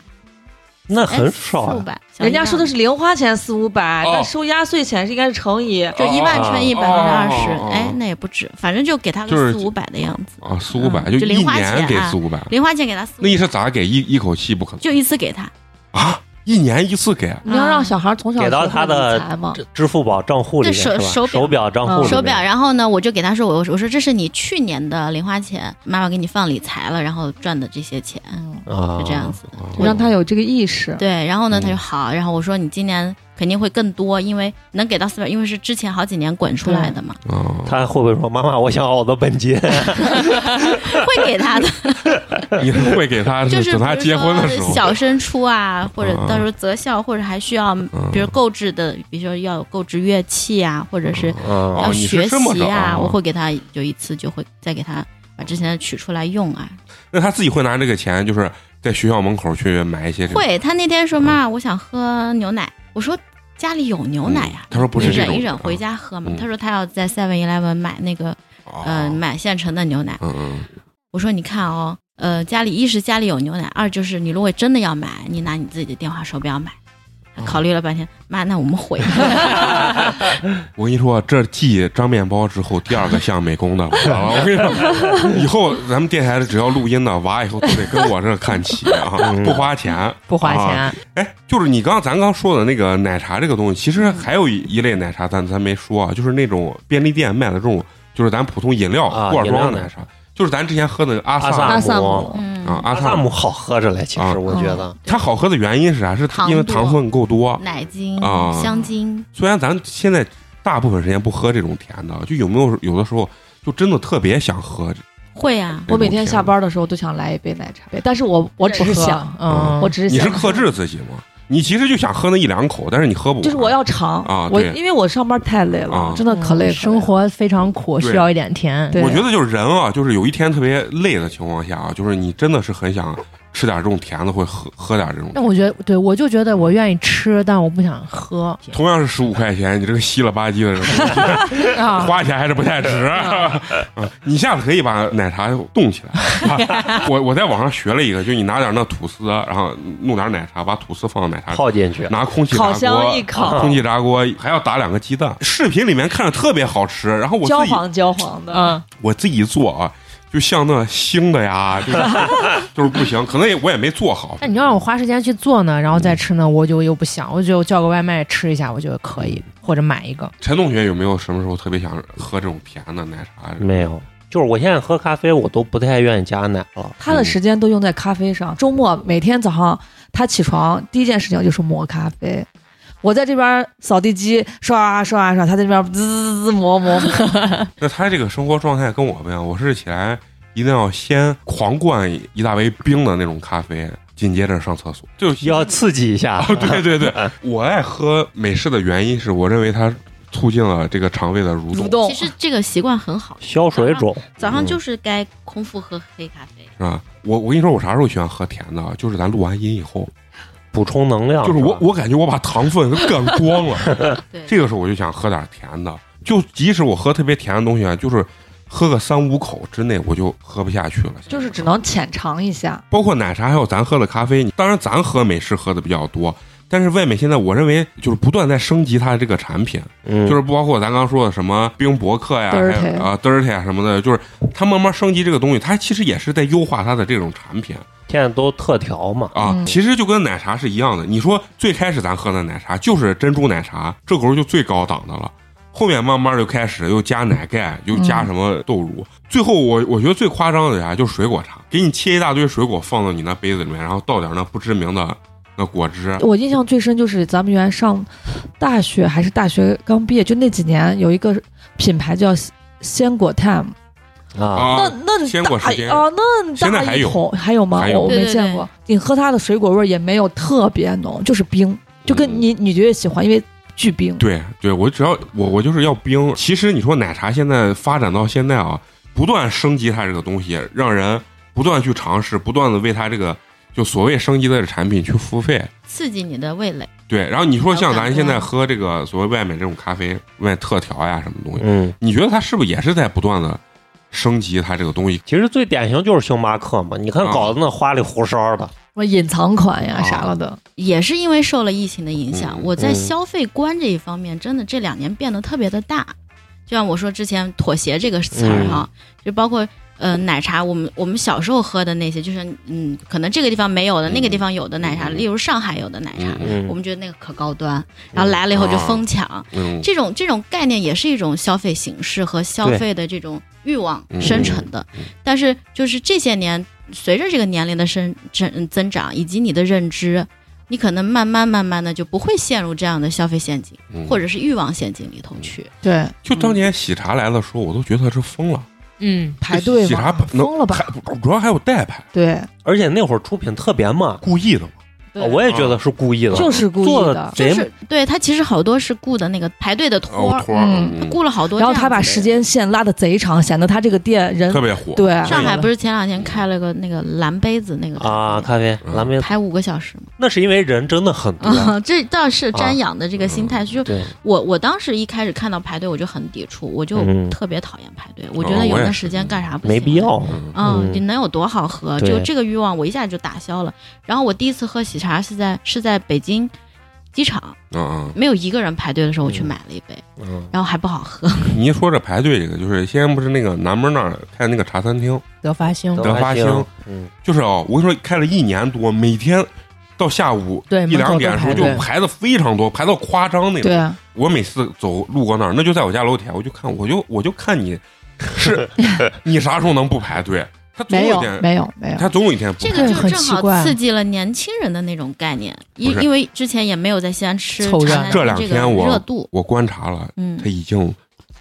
Speaker 5: 那
Speaker 4: 哎
Speaker 5: 很少
Speaker 4: 四五
Speaker 5: 啊，
Speaker 4: 百，小
Speaker 2: 人家
Speaker 4: 一万
Speaker 2: 说的是零花钱四五百，
Speaker 1: 哦
Speaker 2: 那收压岁钱是应该是乘以
Speaker 4: 就一万乘以百分之二十
Speaker 1: 哦哦哦哦，
Speaker 4: 哎，那也不止，反正就给他
Speaker 1: 就是
Speaker 4: 个四五百的样子，
Speaker 1: 啊，四五百，
Speaker 4: 嗯
Speaker 1: 就
Speaker 4: 就
Speaker 1: 一
Speaker 4: 零花
Speaker 1: 年
Speaker 4: 钱
Speaker 1: 给
Speaker 4: 啊
Speaker 1: 四五百，
Speaker 4: 零花钱给他四五
Speaker 1: 那，你是咋给？一一口气不可能
Speaker 4: 就一次给他，
Speaker 1: 啊，一年一次给，啊
Speaker 2: 你要让小孩从小
Speaker 5: 给到他的
Speaker 2: 学会理财嘛，
Speaker 5: 支支付宝账户里面
Speaker 4: 对手
Speaker 5: 是吧？
Speaker 4: 手表
Speaker 5: 手表账
Speaker 1: 哦
Speaker 5: 户里面
Speaker 4: 手表，然后呢，我就给他说，我我说这是你去年的零花钱，妈妈给你放理财了，然后赚的这些钱，
Speaker 5: 啊，
Speaker 4: 是这样子。
Speaker 1: 啊
Speaker 2: 让他有这个意识。
Speaker 4: 对，然后呢，
Speaker 1: 嗯
Speaker 4: 他就好，然后我说你今年肯定会更多，因为能给到四百，因为是之前好几年滚出来 的嘛，
Speaker 1: 啊，
Speaker 5: 他会不会说：“妈妈，我想要我的本金
Speaker 4: 会给 他的，
Speaker 1: 啊你是会给他
Speaker 4: 就是
Speaker 1: 等他
Speaker 4: 比
Speaker 1: 结
Speaker 4: 如
Speaker 1: 婚的
Speaker 4: 说
Speaker 1: 时候
Speaker 4: 小升初啊，或者
Speaker 1: 嗯
Speaker 4: 到时候择校，或者还需要，比如购置的，比如说要购置乐器啊，或者是？”
Speaker 5: 嗯
Speaker 1: 哦
Speaker 4: 要
Speaker 1: 你是
Speaker 4: 学
Speaker 1: 这么
Speaker 4: 习
Speaker 1: 着
Speaker 4: 啊，
Speaker 1: 啊
Speaker 4: 我会给他有一次就会再给他把之前的取出来用啊。
Speaker 1: 那他自己会拿这个钱，就是在学校门口去买一些这种
Speaker 4: 会，他那天说
Speaker 1: 嗯
Speaker 4: 妈，我想喝牛奶，我说家里有牛奶呀
Speaker 1: 嗯。他说不是
Speaker 4: 你
Speaker 1: 这
Speaker 4: 忍
Speaker 1: 种
Speaker 4: 一忍，回家喝嘛
Speaker 1: 嗯。
Speaker 4: 他说他要在 Seven Eleven 买那个，呃，
Speaker 1: 嗯
Speaker 4: 买现成的牛奶。
Speaker 1: 嗯
Speaker 4: 我说你看哦，呃，家里一是家里有牛奶，二就是你如果真的要买，你拿你自己的电话手表买。他
Speaker 1: 哦
Speaker 4: 考虑了半天，妈，那我们回。
Speaker 1: 嗯，我跟你说，这继张面包之后，第二个像美 工的了。啊我跟你说，以后咱们电台只要录音的娃，以后都得跟我这看齐啊，
Speaker 5: 嗯
Speaker 1: 不花钱。
Speaker 3: 不花
Speaker 1: 啊
Speaker 3: 钱，
Speaker 1: 哎，就是你刚咱刚说的那个奶茶这个东西，其实还有一一类奶茶咱咱没说啊，就是那种便利店卖的这种，就是咱普通饮料
Speaker 5: 啊
Speaker 1: 罐装
Speaker 5: 饮料
Speaker 1: 奶茶，就是咱之前喝的阿
Speaker 5: 阿
Speaker 1: 萨
Speaker 5: 萨
Speaker 2: 阿
Speaker 5: 姆
Speaker 2: 萨姆，
Speaker 4: 嗯
Speaker 1: 啊，阿
Speaker 5: 阿
Speaker 1: 萨
Speaker 5: 萨姆好喝着嘞，其
Speaker 1: 啊
Speaker 5: 实我觉得
Speaker 1: 它好喝的原因是啥？是因为
Speaker 4: 糖多
Speaker 1: 糖分够多。
Speaker 4: 奶精
Speaker 1: 啊、
Speaker 4: 香精，
Speaker 1: 虽然咱现在大部分时间不喝这种甜的，就有没有有的时候就真的特别想喝这
Speaker 4: 会啊，
Speaker 2: 我每天下班的时候都想来一杯奶茶，但是我我只是
Speaker 3: 不喝
Speaker 2: 想，，
Speaker 1: 嗯
Speaker 3: 嗯，
Speaker 2: 我只
Speaker 1: 这
Speaker 2: 是
Speaker 1: 种甜的，
Speaker 2: 想
Speaker 1: 你是，克制自己吗？你其实就想喝那一两口，但是你喝不完
Speaker 2: 就是我要尝
Speaker 1: 啊
Speaker 2: 我
Speaker 1: 对
Speaker 2: 因为我上班太累了
Speaker 1: 啊，
Speaker 2: 真的可累，可累了
Speaker 3: 嗯生。活非常苦，
Speaker 1: 对
Speaker 3: 需要一点甜。
Speaker 2: 对
Speaker 1: 我觉得就是人啊，就是有一天特别累的情况下啊，就是你真的是很想吃点这种甜的，会喝喝点这种。
Speaker 3: 那我觉得，对我就觉得我愿意吃，但我不想喝
Speaker 1: 同样是十五块钱，你这个稀了吧唧的人，
Speaker 3: 啊。
Speaker 1: 花钱还是不太值。啊你下次可以把奶茶冻起来。啊我我在网上学了一个，就你拿点那吐司，啊然后弄点奶茶，把吐司放到奶茶里
Speaker 5: 泡进去。
Speaker 1: 拿空气炸
Speaker 2: 烤
Speaker 1: 锅，啊
Speaker 2: 箱一烤
Speaker 1: 空气炸锅还要打两个鸡蛋。视频里面看着特别好吃，然后我
Speaker 2: 焦
Speaker 1: 自己
Speaker 2: 黄焦黄的，
Speaker 3: 嗯，
Speaker 1: 我自己做啊，就像那腥的 呀，就是就是不行，可能也我也没做好。
Speaker 3: 那你要让我花时间去做呢，然后再吃呢，我就又不想，我就叫个外卖吃一下，我觉得可以，或者买一个。
Speaker 1: 陈同学有没有什么时候特别想喝这种甜的奶茶？
Speaker 5: 没有，就是我现在喝咖啡，我都不太愿意加奶了。
Speaker 2: 他的时间都用在咖啡上。周末每天早上他起床第一件事情就是磨咖啡。我在这边扫地机刷啊刷啊刷，他在这边滋滋滋磨磨磨。
Speaker 1: 那他这个生活状态跟我不一样，我是起来一定要先狂灌一大杯冰的那种咖啡，紧接着上厕所，就
Speaker 5: 要嗯刺激一
Speaker 4: 哦
Speaker 5: 下，
Speaker 1: 对对对，我爱喝美式的原因是我认为它促进了这个肠胃的蠕动，
Speaker 2: 蠕动
Speaker 4: 啊其实这个习惯很好，
Speaker 5: 消水肿。
Speaker 4: 早
Speaker 1: 嗯
Speaker 4: 上就是该空腹喝黑咖啡。
Speaker 1: 是吧？我我跟你说，我啥时候喜欢喝甜的啊？就是咱录完音以后，
Speaker 5: 嗯补充能量，
Speaker 1: 就是我
Speaker 5: 啊吧
Speaker 1: 我感觉我把糖分给干光了，
Speaker 4: 对，
Speaker 1: 这个时候我就想喝点甜的。就即使我喝特别甜的东西啊，就是喝个三五口之内我就喝不下去了，
Speaker 2: 就是只能浅尝一下。
Speaker 1: 包括奶茶，还有咱喝的咖啡。当然，咱喝美式喝的比较多，但是外面现在我认为就是不断在升级它的这个产品，
Speaker 5: 嗯，
Speaker 1: 就是包括咱刚说的什么冰博客呀，还
Speaker 2: Dirty
Speaker 1: 有啊 dirty 啊什么的，就是它慢慢升级这个东西，它其实也是在优化它的这种产品
Speaker 5: 现在都特调嘛，
Speaker 1: 啊。
Speaker 2: 嗯
Speaker 1: 其实就跟奶茶是一样的，你说最开始咱喝的奶茶就是珍珠奶茶，这口就最高档的了。后面慢慢就开始又加奶盖，又加什么豆乳，最后我我觉得最夸张的是啥，就是水果茶，给你切一大堆水果放到你那杯子里面，然后倒点那不知名的那果汁，
Speaker 2: 我印象最深就是咱们原来上大学还是大学刚毕业，就那几年有一个品牌叫鲜果 time，、
Speaker 5: 啊，
Speaker 1: 啊
Speaker 2: 那那你
Speaker 1: 鲜果时间
Speaker 2: 大哦，那你大
Speaker 1: 现在还有
Speaker 2: 一桶还有吗？
Speaker 1: 还有
Speaker 2: 我我
Speaker 4: 对
Speaker 2: 没
Speaker 4: 对
Speaker 2: 见过。你喝它的水果味儿也没有特别浓，就是冰，就跟你你觉得喜欢，因为巨冰。
Speaker 1: 嗯对对，我只要我我就是要冰。其实你说奶茶现在发展到现在啊，不断升级它这个东西，让人不断去尝试，不断的为它这个就所谓升级的产品去付费。
Speaker 4: 刺激你的味蕾。
Speaker 1: 对，然后你说像
Speaker 4: 还有
Speaker 1: 咱
Speaker 4: 感
Speaker 1: 现在
Speaker 4: 官
Speaker 1: 喝这个所谓外面这种咖啡，外特调呀什么东西，
Speaker 5: 嗯，
Speaker 1: 你觉得它是不是也是在不断的升级它这个东西？
Speaker 5: 其实最典型就是星巴克嘛，你看
Speaker 1: 啊
Speaker 5: 搞的那花里胡哨的，
Speaker 2: 什么隐藏款呀、
Speaker 1: 啊
Speaker 2: 啥了的，
Speaker 4: 也是因为受了疫情的影响，
Speaker 1: 嗯
Speaker 4: 我在
Speaker 5: 嗯
Speaker 4: 消费观这一方面，真的这两年变得特别的大。就像我说之前妥协这个词儿哈，
Speaker 1: 嗯
Speaker 4: 就包括呃奶茶，我们我们小时候喝的那些，就是嗯，可能这个地方没有的，
Speaker 1: 嗯
Speaker 4: 那个地方有的奶茶，
Speaker 1: 嗯
Speaker 4: 例如上海有的奶茶，
Speaker 1: 嗯
Speaker 4: 我
Speaker 5: 嗯，
Speaker 4: 们觉得那个可高端，然后来了以后就疯抢，
Speaker 1: 嗯，
Speaker 4: 这种这种概念也是一种消费形式和消费的这种欲望
Speaker 1: 嗯
Speaker 4: 生成的。
Speaker 1: 嗯
Speaker 4: 但是就是这些年，随着这个年龄的生增增长以及你的认知，你可能慢慢慢慢的就不会陷入这样的消费陷阱、
Speaker 1: 嗯
Speaker 4: 或者是欲望陷阱里头去。
Speaker 2: 对，
Speaker 1: 就当年喜茶来的时候，我都觉得它是疯了，
Speaker 3: 嗯，
Speaker 2: 排队
Speaker 1: 喜茶
Speaker 2: 嘛，
Speaker 1: 能
Speaker 2: 疯了吧？
Speaker 1: 还主要还有代拍，
Speaker 2: 对，
Speaker 5: 而且那会儿出品特别慢，
Speaker 1: 故意的嘛。
Speaker 5: 哦我也
Speaker 1: 啊
Speaker 5: 觉得是故意的，
Speaker 2: 就是故
Speaker 5: 做
Speaker 2: 意
Speaker 5: 得
Speaker 2: 的。
Speaker 5: 贼
Speaker 4: 就是对他其实好多是雇的那个排队的托
Speaker 1: 哦
Speaker 4: 儿，
Speaker 1: 托儿，
Speaker 2: 嗯
Speaker 1: 嗯
Speaker 4: 雇了好多。
Speaker 2: 然后他把时。间线拉的贼长，显得他这个店人
Speaker 1: 特别火。
Speaker 2: 对
Speaker 4: 上海不是前两天开了个那个蓝杯子那个
Speaker 5: 啊，咖啡
Speaker 1: 嗯
Speaker 5: 蓝莓，
Speaker 4: 排五个小时嘛？
Speaker 5: 那是因为人真的很多，
Speaker 4: 啊， 这倒是
Speaker 5: 啊
Speaker 4: 瞻仰的这个心态，就
Speaker 5: 对，
Speaker 4: 我我当时一开始看到排队，我就很抵触，我就
Speaker 5: 嗯
Speaker 4: 特别讨厌排队。我
Speaker 1: 哦
Speaker 4: 觉得有
Speaker 1: 我也
Speaker 4: 那
Speaker 1: 是
Speaker 4: 时间干啥不行？
Speaker 5: 没必。要，
Speaker 1: 嗯
Speaker 4: 嗯
Speaker 5: 嗯，
Speaker 4: 你能有多好喝？就
Speaker 5: 对
Speaker 4: 这个欲望，我一下就打消了。然后我第一次喝喜茶是在是在北京机场，
Speaker 1: 嗯
Speaker 4: 没有一个人排队的时候，我去
Speaker 5: 嗯
Speaker 4: 买了一杯，
Speaker 5: 嗯，
Speaker 4: 然后还不好喝。
Speaker 1: 嗯，你一说这排队这个，就是先不是那个南门那儿开那个茶餐厅，
Speaker 3: 德发星，
Speaker 1: 德发星，
Speaker 5: 嗯，
Speaker 1: 就是哦，我跟你说开了一年多，每天到下午
Speaker 3: 对
Speaker 1: 一
Speaker 3: 门口
Speaker 1: 两
Speaker 3: 都
Speaker 1: 点的时候
Speaker 3: 排
Speaker 1: 就
Speaker 3: 队
Speaker 1: 排的非常多，排到夸张那种。
Speaker 2: 对，
Speaker 1: 我每次走路过那儿，那就在我家楼底下，我就看，我就我就看你 是你啥时候能不排队？他总
Speaker 2: 没
Speaker 1: 有一
Speaker 2: 有
Speaker 1: 天，
Speaker 2: 没有没有，
Speaker 1: 他总有一天不
Speaker 4: 这
Speaker 1: 排
Speaker 4: 个
Speaker 1: 队。
Speaker 4: 就
Speaker 3: 很
Speaker 4: 正
Speaker 3: 奇
Speaker 4: 好
Speaker 3: 怪
Speaker 4: 刺激了年轻人的那种概念，因
Speaker 1: 不是
Speaker 4: 因为之前也没有在西安吃
Speaker 3: 凑热
Speaker 4: 茶
Speaker 1: 这
Speaker 3: 闹
Speaker 4: 餐厅
Speaker 1: 两
Speaker 4: 这
Speaker 1: 天
Speaker 4: 个
Speaker 1: 我
Speaker 4: 热度，
Speaker 1: 我观察了，
Speaker 4: 嗯
Speaker 1: 他，已经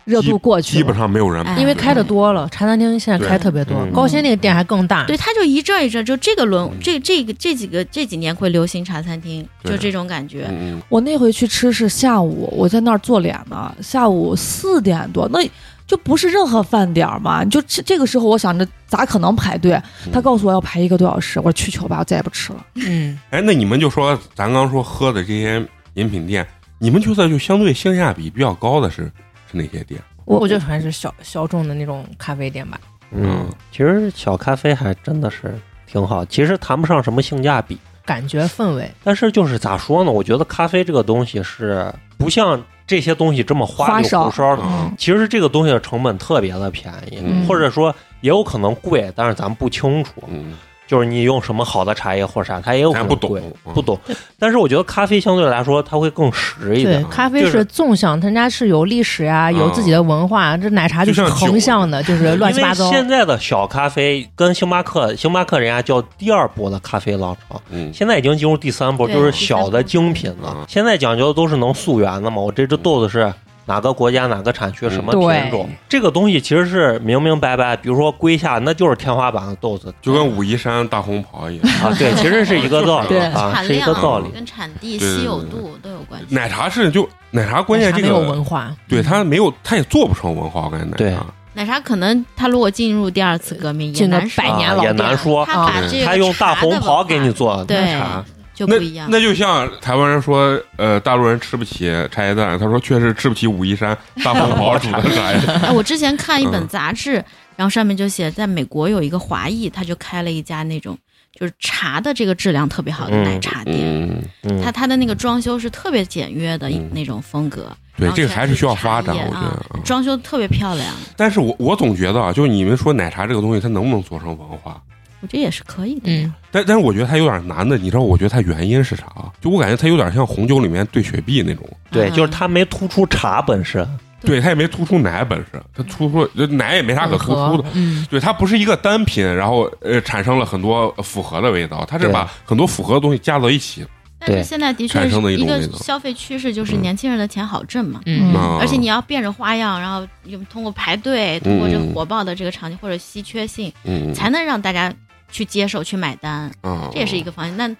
Speaker 2: 热度过
Speaker 1: 基
Speaker 2: 去
Speaker 1: 本
Speaker 2: 了。
Speaker 1: 上没有人排
Speaker 4: 哎
Speaker 1: 队，
Speaker 3: 因为开的多了，茶餐厅现在
Speaker 1: 对
Speaker 3: 开特别多
Speaker 5: 嗯，
Speaker 3: 高新那个店还更大。
Speaker 4: 对，他就一阵一阵，就这个轮
Speaker 1: 嗯，
Speaker 4: 这这个这几个这几年会流行茶餐厅，
Speaker 1: 对
Speaker 4: 就这种感觉。
Speaker 1: 嗯，嗯
Speaker 2: 我那回去吃是下午，我在那儿做脸呢，下午四点多，那就不是任何饭点儿嘛，你就这这个时候，我想着咋可能排队？
Speaker 1: 嗯
Speaker 2: 他告诉我要排一个多小时，我说去球吧，我再也不吃了。
Speaker 3: 嗯，
Speaker 1: 哎，那你们就说咱刚说喝的这些饮品店，你们觉得就相对性价比比较高的是是哪些店？
Speaker 2: 我
Speaker 3: 我觉得还是小小众的那种咖啡店吧。
Speaker 5: 嗯，其实小咖啡还真的是挺好，其实谈不上什么性价比，
Speaker 3: 感觉氛围，
Speaker 5: 但是就是咋说呢？我觉得咖啡这个东西是不像这些东西这么花里
Speaker 2: 花哨
Speaker 5: 胡哨的。
Speaker 1: 嗯
Speaker 5: 其实这个东西的成本特别的便宜，
Speaker 1: 嗯
Speaker 5: 或者说也有可能贵，但是咱们不清楚。
Speaker 1: 嗯，
Speaker 5: 就是你用什么好的茶叶或啥，它也有
Speaker 1: 咱
Speaker 5: 可能
Speaker 1: 不懂
Speaker 5: 贵，
Speaker 1: 嗯
Speaker 5: 不懂。但是我觉得咖啡相对来说，它会更实一点。
Speaker 3: 对，咖啡
Speaker 5: 就是
Speaker 3: 是纵向，他家是有历史呀，有自己的文化。这奶茶
Speaker 1: 啊就
Speaker 3: 就是
Speaker 1: 像酒
Speaker 3: 横 向的，就是乱七八
Speaker 5: 因
Speaker 3: 糟
Speaker 5: 为。现在的小咖啡跟星巴克，星巴克人家叫第二波的咖啡浪潮，
Speaker 1: 嗯，
Speaker 5: 现在已经进入第三波，
Speaker 4: 对
Speaker 5: 就是小的精品了
Speaker 1: 嗯。
Speaker 5: 现在讲究的都是能溯源的嘛，我这只豆子是。哪个国家哪个产区
Speaker 1: 嗯
Speaker 5: 什么
Speaker 3: 对
Speaker 5: 品种？这个东西其实是明明白白，比如说龟下，那就是天花板的豆子，
Speaker 1: 就跟武夷山大红袍一样。
Speaker 5: 啊， 对，其实是一个道理
Speaker 2: 对
Speaker 5: 啊，
Speaker 4: 产
Speaker 5: 是一
Speaker 4: 量
Speaker 5: 个道理。
Speaker 4: 跟产地
Speaker 1: 对对
Speaker 4: 稀
Speaker 1: 对
Speaker 4: 有
Speaker 1: 对
Speaker 4: 度都有关系。
Speaker 1: 奶茶是就奶茶，关键
Speaker 3: 奶茶
Speaker 1: 这
Speaker 3: 没有
Speaker 1: 个
Speaker 3: 文化，
Speaker 1: 对它没有，它也做不成文化。我感觉奶茶，
Speaker 5: 对
Speaker 4: 奶茶可能它如果进入第二次革命，也
Speaker 3: 进个
Speaker 4: 难说
Speaker 3: 百年老
Speaker 5: 啊也难
Speaker 4: 店
Speaker 5: 说
Speaker 4: 他把这个
Speaker 5: 他用大
Speaker 4: 茶的
Speaker 5: 红
Speaker 4: 文
Speaker 5: 袍
Speaker 4: 化
Speaker 5: 给你做
Speaker 4: 对
Speaker 5: 奶茶，
Speaker 4: 就
Speaker 1: 那
Speaker 4: 不一样。
Speaker 1: 那就像台湾人说，呃，大陆人吃不起茶叶蛋，他说确实吃不起武夷山大红袍煮的茶叶蛋。
Speaker 4: 哎，我之前看一本
Speaker 1: 嗯
Speaker 4: 杂志，然后上面就写，在美国有一个华裔，他就开了一家那种就是茶的这个质量特别好的奶茶店，
Speaker 1: 嗯，嗯
Speaker 5: 嗯
Speaker 4: 它它的那个装修是特别简约的一
Speaker 1: 嗯
Speaker 4: 那种风格，
Speaker 1: 对，
Speaker 4: 然后
Speaker 1: 这个
Speaker 4: 全
Speaker 1: 还
Speaker 4: 是
Speaker 1: 需要
Speaker 4: 茶
Speaker 1: 发展，
Speaker 4: 叶
Speaker 1: 我觉
Speaker 4: 啊
Speaker 1: 得。嗯
Speaker 4: 装修特别漂亮，
Speaker 1: 但是我我总觉得啊，就是你们说奶茶这个东西，它能不能做成文化？
Speaker 4: 我觉得也是可以的呀。
Speaker 3: 嗯，
Speaker 1: 但但是我觉得它有点难的，你知道？我觉得它原因是啥啊？就我感觉它有点像红酒里面兑雪碧那种，
Speaker 5: 对，
Speaker 4: 嗯
Speaker 5: 就是它没突出茶本身，
Speaker 1: 对，它也没突出奶本身，它突出这奶也没啥可突出的。
Speaker 3: 嗯，
Speaker 1: 对，它不是一个单品，然后呃产生了很多复合的味道，它是
Speaker 5: 对
Speaker 1: 把很多复合的东西加到一起。
Speaker 4: 但
Speaker 5: 对
Speaker 4: 是现在的确
Speaker 1: 产
Speaker 4: 是
Speaker 1: 生的一
Speaker 4: 一
Speaker 1: 种
Speaker 4: 个
Speaker 1: 味道
Speaker 4: 消费趋势，就是
Speaker 1: 嗯
Speaker 4: 年轻人的钱好挣嘛。
Speaker 3: 嗯
Speaker 1: 嗯
Speaker 4: 而且你要变着花样，然后用通过排队，通过这个
Speaker 1: 嗯
Speaker 4: 火爆的这个场景或者稀缺性，
Speaker 1: 嗯
Speaker 4: 才能让大家去接受、去买单，
Speaker 1: 啊，
Speaker 4: 这也是一个方向。那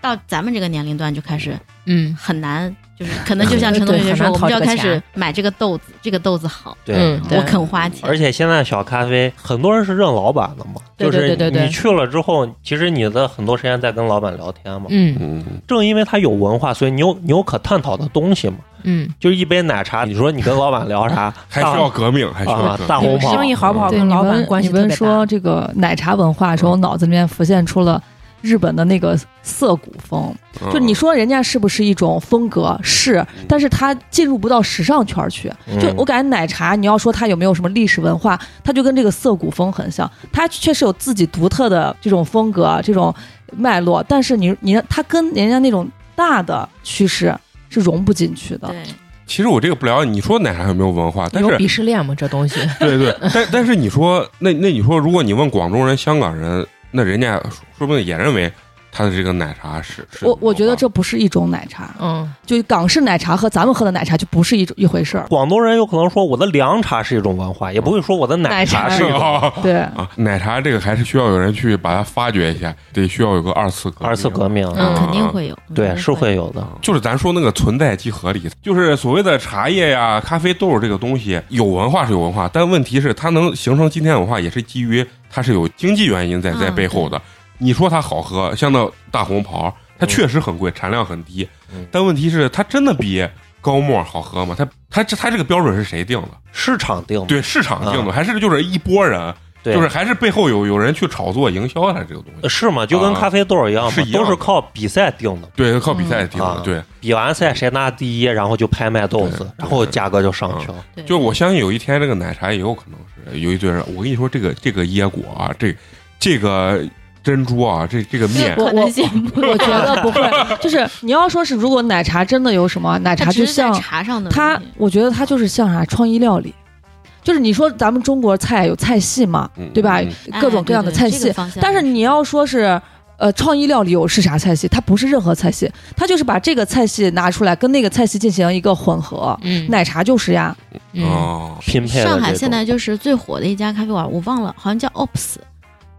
Speaker 4: 到咱们这个年龄段就开始
Speaker 3: 嗯
Speaker 4: 很难，就是可能
Speaker 2: 嗯
Speaker 4: 就像陈同
Speaker 3: 对
Speaker 4: 学
Speaker 3: 很
Speaker 4: 说，
Speaker 3: 难
Speaker 4: 我们
Speaker 3: 讨
Speaker 4: 就要
Speaker 3: 这个
Speaker 4: 开始
Speaker 3: 钱
Speaker 4: 买这个豆子，这个豆子好，
Speaker 2: 嗯
Speaker 5: 对。
Speaker 4: 嗯我肯花钱。
Speaker 5: 而且现在小咖啡很多人是认老板的嘛，
Speaker 3: 对
Speaker 5: 就
Speaker 3: 对
Speaker 5: 是
Speaker 3: 对对对
Speaker 5: 你去了之后，其实你的很多时间在跟老板聊天嘛。
Speaker 3: 嗯
Speaker 1: 嗯
Speaker 5: 正因为他有文化，所以你有你有可探讨的东西嘛。
Speaker 3: 嗯，
Speaker 5: 就是一杯奶茶，你说你跟老板聊啥？
Speaker 1: 还需要革命，还需要
Speaker 5: 啊
Speaker 1: 革，命
Speaker 5: 大红袍
Speaker 3: 生意好不好
Speaker 2: 对，
Speaker 3: 跟
Speaker 2: 你
Speaker 3: 老板
Speaker 2: 们
Speaker 3: 关系
Speaker 2: 你
Speaker 3: 特
Speaker 2: 们
Speaker 3: 别大
Speaker 2: 说。这个奶茶文化的时候，
Speaker 5: 嗯
Speaker 2: 脑子里面浮现出了日本的那个涩谷风。
Speaker 1: 嗯
Speaker 2: 就你说人家是不是一种风格？是，但是它进入不到时尚圈儿去。就
Speaker 5: 嗯
Speaker 2: 我感觉奶茶，你要说它有没有什么历史文化，它就跟这个涩谷风很像，它确实有自己独特的这种风格、啊这种脉络，但是你你它跟人家那种大的趋势是融不进去的。
Speaker 4: 对，
Speaker 1: 其实我这个不了解，你说奶茶有没有文化？但
Speaker 3: 有
Speaker 1: 是
Speaker 3: 鄙视链吗？这东 西，
Speaker 1: 对对，但但是你说，那那你说，如果你问广州人、香港人，那人家说说不定也认为他的这个奶茶是是
Speaker 2: 我我觉得这不是一种奶茶，
Speaker 3: 嗯，
Speaker 2: 就港式奶茶和咱们喝的奶茶就不是一种一回事儿。
Speaker 5: 广东人有可能说我的凉茶是一种文化，也不会说我的奶茶
Speaker 2: 奶茶
Speaker 5: 是一种
Speaker 1: 啊
Speaker 2: 对，
Speaker 1: 啊，奶茶这个还是需要有人去把它发掘一下，得需要有个二次革命
Speaker 5: 二次革命。啊
Speaker 4: 嗯，
Speaker 1: 嗯
Speaker 4: 肯定会有，
Speaker 5: 对，
Speaker 4: 肯定
Speaker 5: 是
Speaker 4: 会
Speaker 5: 会
Speaker 3: 嗯
Speaker 4: 有。
Speaker 5: 有的。
Speaker 1: 就是咱说那个存在即合理，就是所谓的茶叶呀、咖啡豆这个东西，有文化是有文化，但问题是它能形成今天的文化，也是基于它是有经济原因在在
Speaker 4: 嗯
Speaker 1: 背后的。你说它好喝，像那大红袍，它确实很贵，产量很低
Speaker 5: 嗯，
Speaker 1: 但问题是它真的比高沫好喝吗？它它这它这个标准是谁定的？
Speaker 5: 市场定的，
Speaker 1: 对，市场定的，还是就是一波人，
Speaker 5: 嗯对呃
Speaker 1: 就是还是背后有有人去炒作营销啊它这个东西？
Speaker 5: 是吗？就跟咖啡豆一样嘛，
Speaker 1: 啊是一样的
Speaker 5: 都是靠比赛定的。
Speaker 1: 对，靠比赛定
Speaker 5: 啊
Speaker 1: 的，对。
Speaker 5: 比完赛谁拿第一，然后就拍卖豆
Speaker 1: 对
Speaker 5: 子，然后价格就上去了。
Speaker 4: 对
Speaker 1: 就我相信有一天这个奶茶也有可能是有一堆人，我跟你说这个这个椰果啊，这这个珍珠啊，这这个面
Speaker 2: 我
Speaker 4: 可能性不
Speaker 2: 我觉得不会，就是你要说是如果奶茶真的有什么奶
Speaker 4: 它
Speaker 2: 茶，
Speaker 4: 只
Speaker 2: 就是
Speaker 4: 在
Speaker 2: 像
Speaker 4: 茶上的
Speaker 2: 它
Speaker 4: 问题，
Speaker 2: 我觉得它就是像啥创意料理，就是你说咱们中国菜有菜系嘛，
Speaker 1: 嗯
Speaker 2: 对吧
Speaker 1: 嗯？
Speaker 2: 各种各样的菜
Speaker 4: 哎对对这
Speaker 2: 系
Speaker 4: 个，方向
Speaker 2: 但是你要说是。呃，创意料理有是啥菜系？它不是任何菜系，它就是把这个菜系拿出来跟那个菜系进行一个混合。
Speaker 3: 嗯
Speaker 2: 奶茶就是呀，
Speaker 1: 嗯哦，
Speaker 5: 拼配的
Speaker 4: 上海
Speaker 5: 这
Speaker 4: 现
Speaker 5: 种
Speaker 4: 在就是最火的一家咖啡馆，我忘了，好像叫 Ops。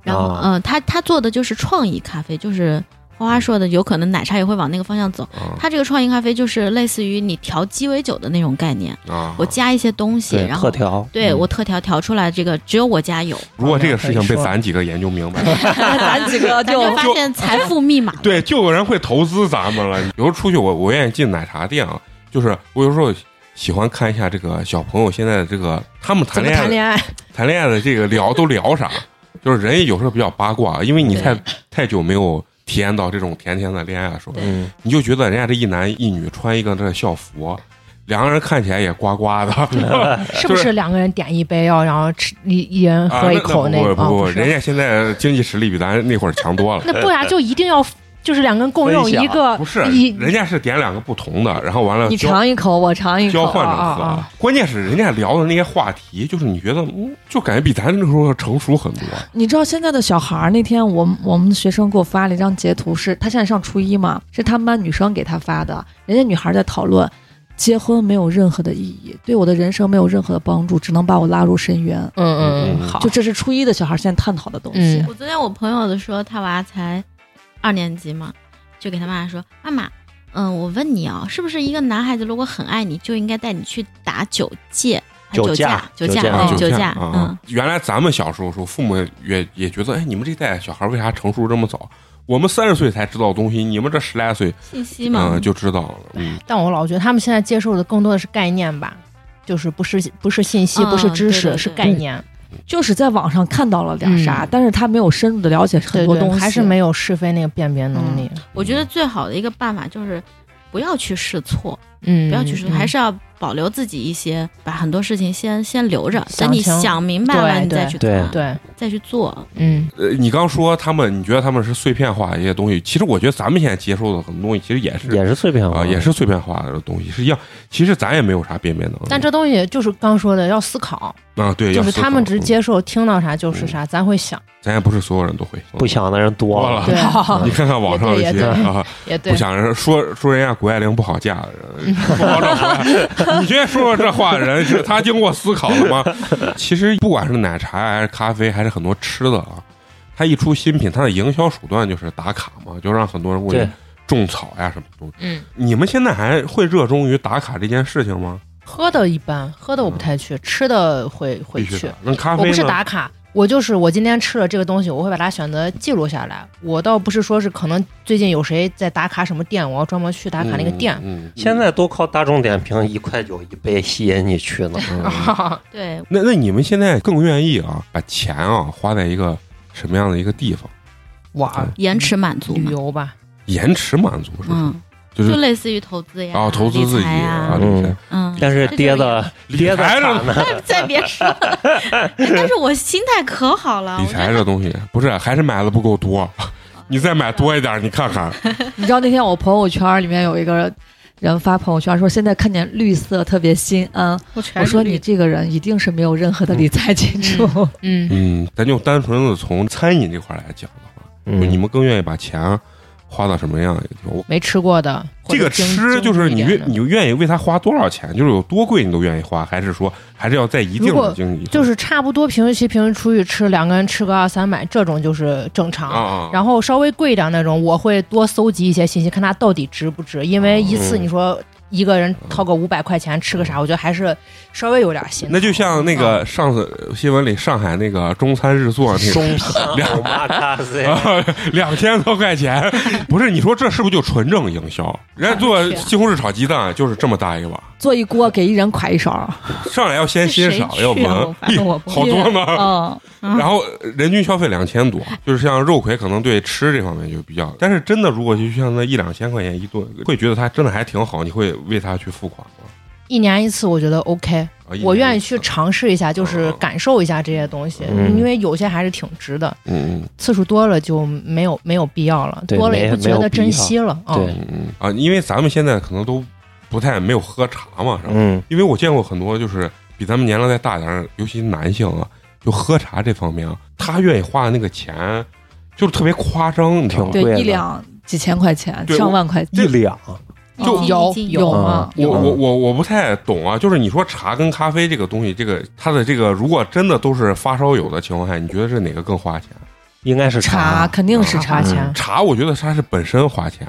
Speaker 4: 然后，
Speaker 5: 啊
Speaker 4: 嗯、他他做的就是创意咖啡，就是花花说的，有可能奶茶也会往那个方向走。
Speaker 5: 嗯
Speaker 1: 啊
Speaker 4: 他这个创意咖啡就是类似于你调鸡尾酒的那种概念，
Speaker 1: 啊！
Speaker 4: 我加一些东西，
Speaker 5: 嗯对
Speaker 4: 然
Speaker 5: 特
Speaker 4: 后
Speaker 5: 调，
Speaker 4: 对
Speaker 5: 嗯
Speaker 4: 我特调调出来这个只有我家有，
Speaker 1: 如果这个事情被咱几个研究明白 了，。
Speaker 2: 咱几个
Speaker 4: 咱
Speaker 2: 就
Speaker 4: 就发现财富密码
Speaker 1: 对，就有人会投资咱们了。有时候出去我我愿意进奶茶店啊，就是我有时候喜欢看一下这个小朋友现在的这个他们谈
Speaker 3: 怎么
Speaker 1: 恋爱
Speaker 3: 谈恋爱？
Speaker 1: 谈恋爱的这个聊都聊啥？就是人也有时候比较八卦，因为你太太久没有体验到这种甜甜的恋爱的时候，
Speaker 5: 嗯，
Speaker 1: 你就觉得人家这一男一女穿一个这校服，两个人看起来也呱呱的，
Speaker 3: 嗯
Speaker 1: 啊
Speaker 3: 是不是两个人点一杯药，然后吃一一人喝一口
Speaker 1: 那
Speaker 3: 个？
Speaker 1: 那不会
Speaker 3: 哦
Speaker 1: 不会，
Speaker 3: 是
Speaker 1: 人家现在经济实力比咱那会儿强多了。
Speaker 3: 那不然就一定要就是两个人共用
Speaker 5: 分享
Speaker 3: 一个，
Speaker 1: 不是，
Speaker 3: 一
Speaker 1: 人家是点两个不同的，然后完了
Speaker 2: 你
Speaker 1: 交
Speaker 2: 尝一口，我尝一口，
Speaker 1: 交换着
Speaker 3: 啊啊
Speaker 1: 喝
Speaker 3: 啊。
Speaker 1: 关键是人家聊的那些话题，就是你觉得，嗯，就感觉比咱那时候要成熟很多。啊
Speaker 2: 你知道现在的小孩儿，那天我们我们学生给我发了一张截图是，他现在上初一嘛，是他们班女生给他发的，人家女孩儿在讨论，结婚没有任何的意义，对我的人生没有任何的帮助，只能把我拉入深渊。
Speaker 3: 嗯嗯
Speaker 1: 嗯
Speaker 3: 嗯，好
Speaker 2: 就，这是初一的小孩儿现在探讨的东西
Speaker 3: 嗯，
Speaker 4: 我昨天我朋友的说他娃才二年级嘛，就给他妈妈说，妈妈。嗯，我问你啊，是不是一个男孩子如果很爱你，就应该带你去打九戒、
Speaker 5: 酒
Speaker 4: 驾
Speaker 5: 驾、
Speaker 4: 酒
Speaker 5: 酒
Speaker 4: 驾、
Speaker 5: 驾
Speaker 4: 嗯
Speaker 1: 啊
Speaker 5: 酒
Speaker 4: 酒
Speaker 1: 驾
Speaker 4: 驾？
Speaker 1: 啊
Speaker 4: 嗯，
Speaker 1: 原来咱们小时候的时候，父母也也觉得，哎，你们这代小孩为啥成熟这么早？我们三十岁才知道的东西，你们这十来岁，
Speaker 4: 信息嘛，
Speaker 1: 嗯，就知道了。嗯，
Speaker 3: 但我老觉得他们现在接受的更多的是概念吧，就是不是不是信息，
Speaker 4: 嗯
Speaker 3: 不是知
Speaker 4: 对对
Speaker 3: 识，
Speaker 4: 对
Speaker 3: 是概念。
Speaker 2: 就是在网上看到了点啥，
Speaker 4: 嗯
Speaker 2: 但是他没有深入的了解很
Speaker 3: 对
Speaker 2: 多
Speaker 3: 对
Speaker 2: 东西，
Speaker 3: 还是 没有是非那个辨别能力。
Speaker 4: 我觉得最好的一个办法就是不要去试错，
Speaker 3: 嗯，
Speaker 4: 不要去试错，
Speaker 3: 嗯
Speaker 4: 还是要保留自己一些，把很多事情先先留着，
Speaker 3: 想
Speaker 4: 等你
Speaker 3: 清
Speaker 4: 想明白了，
Speaker 3: 对
Speaker 4: 你再
Speaker 3: 对
Speaker 4: 去
Speaker 5: 对
Speaker 4: 看，
Speaker 3: 对，
Speaker 4: 再去做。
Speaker 3: 嗯
Speaker 1: 呃，你刚说他们，你觉得他们是碎片化的一些东西，其实我觉得咱们现在接受的很多东西，其实也是
Speaker 5: 也是碎片
Speaker 1: 啊、
Speaker 5: 化，
Speaker 3: 嗯
Speaker 1: 也是碎片化的东西，是一样。其实咱也没有啥辨别能力，
Speaker 3: 但这东西就是刚说的要思考，
Speaker 1: 啊，对，
Speaker 3: 就
Speaker 1: 要
Speaker 3: 是
Speaker 1: 思
Speaker 3: 他们
Speaker 1: 考
Speaker 3: 只是接受听到啥就是啥，咱会想，
Speaker 1: 嗯咱也不是所有人都会嗯
Speaker 5: 不。想的人多
Speaker 1: 多了
Speaker 5: 了。
Speaker 3: 对，
Speaker 1: 你看看网上
Speaker 3: 也
Speaker 1: 那
Speaker 3: 对
Speaker 1: 些
Speaker 5: 也对
Speaker 1: 啊，
Speaker 3: 也对
Speaker 1: 不，想人说说人家谷爱凌不好嫁，人说不好找 你直接说说这话的人是他经过思考了吗？其实不管是奶茶还是咖啡，还是很多吃的啊，它一出新品，它的营销手段就是打卡嘛，就让很多人过去
Speaker 5: 对
Speaker 1: 种草呀什么东西。
Speaker 3: 嗯，
Speaker 1: 你们现在还会热衷于打卡这件事情吗？
Speaker 3: 喝的一般，喝的我不太去，吃的会会
Speaker 1: 必须
Speaker 3: 去
Speaker 1: 的。。那咖
Speaker 3: 我
Speaker 1: 啡
Speaker 3: 不是
Speaker 1: 呢？
Speaker 3: 打卡，我就是我今天吃了这个东西，我会把它选择记录下来。我倒不是说是可能最近有谁在打卡什么店，我要专门去打卡那个店。
Speaker 1: 嗯，嗯
Speaker 5: 现在都靠大众点评一块九一杯吸引你去呢。
Speaker 3: 嗯
Speaker 4: 对，
Speaker 1: 嗯那那你们现在更愿意啊，把钱啊花在一个什么样的一个地方？
Speaker 3: 我
Speaker 4: 延迟满足
Speaker 3: 旅
Speaker 4: 嘛，
Speaker 3: 游吧，
Speaker 1: 延迟满足是不是？
Speaker 4: 嗯，
Speaker 1: 就是
Speaker 4: 就类似于投资呀，
Speaker 1: 啊，投资自
Speaker 4: 理
Speaker 1: 己
Speaker 4: 财
Speaker 1: 啊，
Speaker 4: 呀，
Speaker 1: 理财
Speaker 5: 嗯
Speaker 4: 嗯，
Speaker 5: 但是跌的跌的
Speaker 1: 理财
Speaker 5: 惨
Speaker 1: 呢
Speaker 5: 呢，
Speaker 4: 再别说了， 哎但是我心态可好了，
Speaker 3: 嗯
Speaker 1: 理财这东西不是还是买的不够多，你再买多一点，你看 看，
Speaker 2: 你知道那天我朋友圈里面有一个人发朋友圈说，现在看见绿色特别心安。
Speaker 4: 我全
Speaker 2: 我说你这个人一定是没有任何的理财基础。
Speaker 3: 嗯，
Speaker 1: 嗯，咱就单纯的从餐饮这块来讲的话，就你
Speaker 5: 嗯，
Speaker 1: 们更愿意把钱花到什么样的一个地方？我
Speaker 3: 没吃过的，或
Speaker 1: 这
Speaker 3: 者
Speaker 1: 个
Speaker 3: 精
Speaker 1: 吃就是你
Speaker 3: 精致一
Speaker 1: 愿
Speaker 3: 点的
Speaker 1: 你就愿意为它花多少钱，就是有多贵你都愿意花，还是说还是要在一定
Speaker 3: 如果
Speaker 1: 的经济
Speaker 3: 就是差不多平时去平时出去吃，两个人吃个二三百，这种就是正
Speaker 1: 啊
Speaker 3: 常。
Speaker 1: 啊，
Speaker 3: 然后稍微贵一点那种，我会多搜集一些信息，看它到底值不值。因
Speaker 5: 哦
Speaker 3: 为一次
Speaker 1: 嗯
Speaker 3: 你说一个人掏
Speaker 5: 嗯
Speaker 3: 个五百块钱吃个啥，我觉得还是稍微有点心疼。啊
Speaker 1: 那就像那个上次新闻里上海那个中餐日做那个。
Speaker 5: 中餐
Speaker 1: 两
Speaker 5: 两妈咖啡，
Speaker 1: 啊，两千多块 钱，不是？你说这是不是就纯正营销？人家做
Speaker 3: 啊
Speaker 1: 西红柿炒鸡蛋就是这么大一碗，
Speaker 2: 做一锅给一人㧟一勺，
Speaker 1: 上来要先欣赏，要闻，
Speaker 3: 啊
Speaker 4: 反正我不
Speaker 1: 好多呢。
Speaker 2: 嗯，
Speaker 1: 然后呃人均消费两千 多，就是像肉葵可能对吃这方面就比较，但是真的如果就像那一两千块钱一顿，会觉得它真的还挺好，你会为它去付款吗？
Speaker 3: 一年一次，我觉得 OK，
Speaker 1: 啊一
Speaker 3: 我
Speaker 1: 年
Speaker 3: 愿意
Speaker 1: 一
Speaker 3: 去
Speaker 1: 次
Speaker 3: 尝试一下，就是感受一下这些东西，
Speaker 5: 嗯
Speaker 3: 因为有些还是挺值的。
Speaker 1: 嗯嗯
Speaker 3: 次数多了就没有没有必要了，
Speaker 5: 对
Speaker 3: 多了也不觉
Speaker 5: 没有没
Speaker 3: 得
Speaker 5: 有必要
Speaker 3: 珍惜了。啊。
Speaker 5: 对
Speaker 1: 嗯嗯啊，因为咱们现在可能都不太没有喝茶嘛，是吧？
Speaker 5: 嗯，
Speaker 1: 因为我见过很多就是比咱们年龄再大点儿，尤其男性啊，就喝茶这方面啊，他愿意花的那个钱，就是特别夸张，你知道吗？
Speaker 5: 挺贵
Speaker 2: 对，
Speaker 5: 的
Speaker 2: 一两几千块钱，
Speaker 1: 对
Speaker 2: 上万块
Speaker 5: 一
Speaker 2: 钱，
Speaker 5: 两，
Speaker 1: 就
Speaker 3: 有
Speaker 2: 嗯有
Speaker 3: 有
Speaker 2: 吗？
Speaker 1: 我
Speaker 5: 有
Speaker 4: 嗯
Speaker 1: 我我我不太懂啊，就是你说茶跟咖啡这个东西，这个它的这个如果真的都是发烧友的情况下，你觉得是哪个更花钱？
Speaker 5: 应该是
Speaker 2: 茶肯定是
Speaker 3: 花
Speaker 2: 茶
Speaker 5: 嗯
Speaker 3: 钱。
Speaker 1: 茶我觉得它是本身花钱，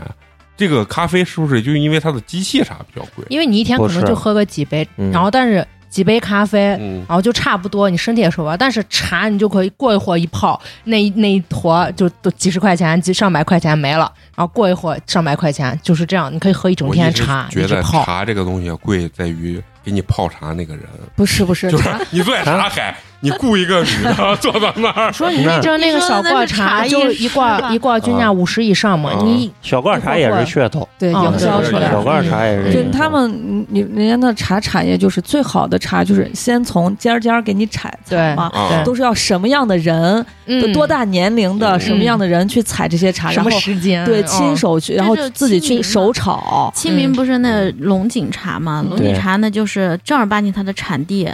Speaker 1: 这个咖啡是不是就因为它的机器茶比较贵？
Speaker 3: 因为你一天可
Speaker 5: 不
Speaker 3: 能
Speaker 5: 是
Speaker 3: 就喝个几杯，
Speaker 5: 嗯
Speaker 3: 然后但是几杯咖啡，
Speaker 1: 嗯，
Speaker 3: 然后就差不多，你身体也受不了。但是茶你就可以过一会儿一泡，那一那一坨就都几十块钱、几上百块钱没了，然后过一会儿上百块钱，就是这样，你可以喝一整
Speaker 1: 我
Speaker 3: 天
Speaker 1: 一直
Speaker 3: 茶，
Speaker 1: 觉
Speaker 3: 一直
Speaker 1: 得
Speaker 3: 泡。
Speaker 1: 茶这个东西贵在于给你泡茶那个人，
Speaker 2: 不是不是
Speaker 1: 就是哎
Speaker 2: 茶，
Speaker 1: 你坐在茶海，你雇一个女 的坐到那儿，
Speaker 3: 说你
Speaker 5: 那
Speaker 3: 知道那个小罐茶
Speaker 4: 你说
Speaker 3: 就
Speaker 4: 的那是茶
Speaker 3: 一
Speaker 4: 艺是吧
Speaker 3: 罐一罐均价五十以上嘛，
Speaker 1: 嗯
Speaker 3: 你
Speaker 5: 小罐茶也是噱头，
Speaker 2: 对
Speaker 3: 嗯
Speaker 2: 营销出
Speaker 1: 对
Speaker 2: 来
Speaker 1: 对
Speaker 5: 小
Speaker 2: 的。
Speaker 5: 罐茶也是
Speaker 2: 就
Speaker 5: 噱头。
Speaker 2: 他们，你人家那茶产业就是最好的茶，就是先从尖儿尖儿给你采采
Speaker 3: 对
Speaker 2: 嘛，
Speaker 1: 啊
Speaker 2: 都是要什么样的人，
Speaker 3: 嗯
Speaker 2: 多大年龄的、
Speaker 1: 嗯
Speaker 2: 什么样的人去采这些茶，
Speaker 3: 什
Speaker 2: 然
Speaker 3: 么
Speaker 2: 后
Speaker 3: 时间
Speaker 2: 对
Speaker 3: 嗯
Speaker 2: 亲手去，然后
Speaker 4: 这就
Speaker 2: 自己
Speaker 4: 亲民
Speaker 2: 去
Speaker 4: 嘛
Speaker 2: 手炒。
Speaker 4: 清明不是那龙井茶吗？
Speaker 2: 嗯
Speaker 4: 龙井
Speaker 5: 对
Speaker 4: 茶那就是正儿八经它的产地，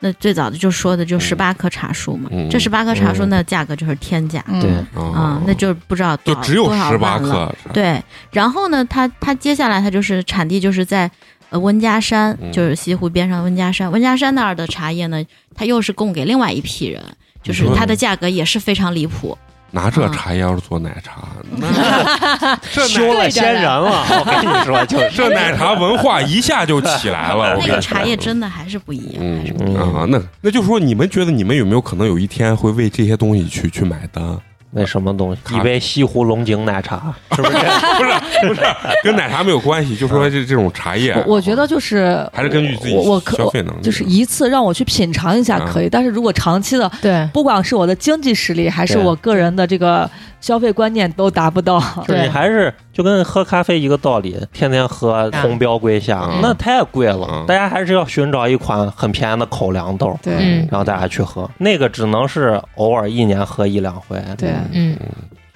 Speaker 4: 那最早的就说的就十八棵茶树嘛。
Speaker 1: 嗯
Speaker 4: 这十八棵茶树
Speaker 5: 嗯
Speaker 4: 那价格就是天价
Speaker 2: 嗯
Speaker 5: 对
Speaker 4: 啊、那就不知道多
Speaker 1: 就
Speaker 4: 少
Speaker 1: 只有
Speaker 4: 多少
Speaker 1: 十八
Speaker 4: 万了
Speaker 1: 克，
Speaker 4: 对，然后呢，它它接下来它就是产地就是在呃温家山，
Speaker 1: 嗯
Speaker 4: 就是西湖边上温家山。温家山那儿的茶叶呢，它又是供给另外一批人，就是
Speaker 1: 你说
Speaker 4: 它的价格也是非常离谱。
Speaker 1: 拿这
Speaker 4: 啊
Speaker 1: 茶叶要是做奶茶，这
Speaker 5: 修嗯了仙人了，我跟你说，就是
Speaker 1: 这奶茶文化一下就起哦来了。我
Speaker 4: 那
Speaker 1: 跟
Speaker 4: 个
Speaker 1: 你
Speaker 4: 茶
Speaker 1: 说，
Speaker 4: 叶真的还是不一样，还是
Speaker 1: 嗯
Speaker 4: 不一 样。
Speaker 1: 啊，那那就说你们觉得你们有没有可能有一天会为这些东西去去买单？
Speaker 5: 那什么东西？一杯西湖龙井奶茶，是不是？
Speaker 1: 不是不是，跟奶茶没有关系，就说这这种茶叶，啊
Speaker 2: 我我觉得就是
Speaker 1: 嗯还是根据自己
Speaker 2: 我我可
Speaker 1: 消费嗯能力，
Speaker 2: 就是一次让我去品尝一下可以，但是如果长期的，
Speaker 3: 对
Speaker 2: 不管是我的经济实力还是
Speaker 5: 对
Speaker 2: 我个人的这个消费观念都达不到。
Speaker 5: 就是你
Speaker 3: 对
Speaker 5: 还是就跟喝咖啡一个道理，天天喝红标龟下
Speaker 1: 嗯，
Speaker 5: 那太贵了
Speaker 1: 嗯。
Speaker 5: 大家还是要寻找一款很便宜的口粮豆，
Speaker 2: 对、
Speaker 3: 嗯
Speaker 5: 然后大家去喝。那个只能是偶尔一年喝一两回。
Speaker 2: 对，
Speaker 3: 嗯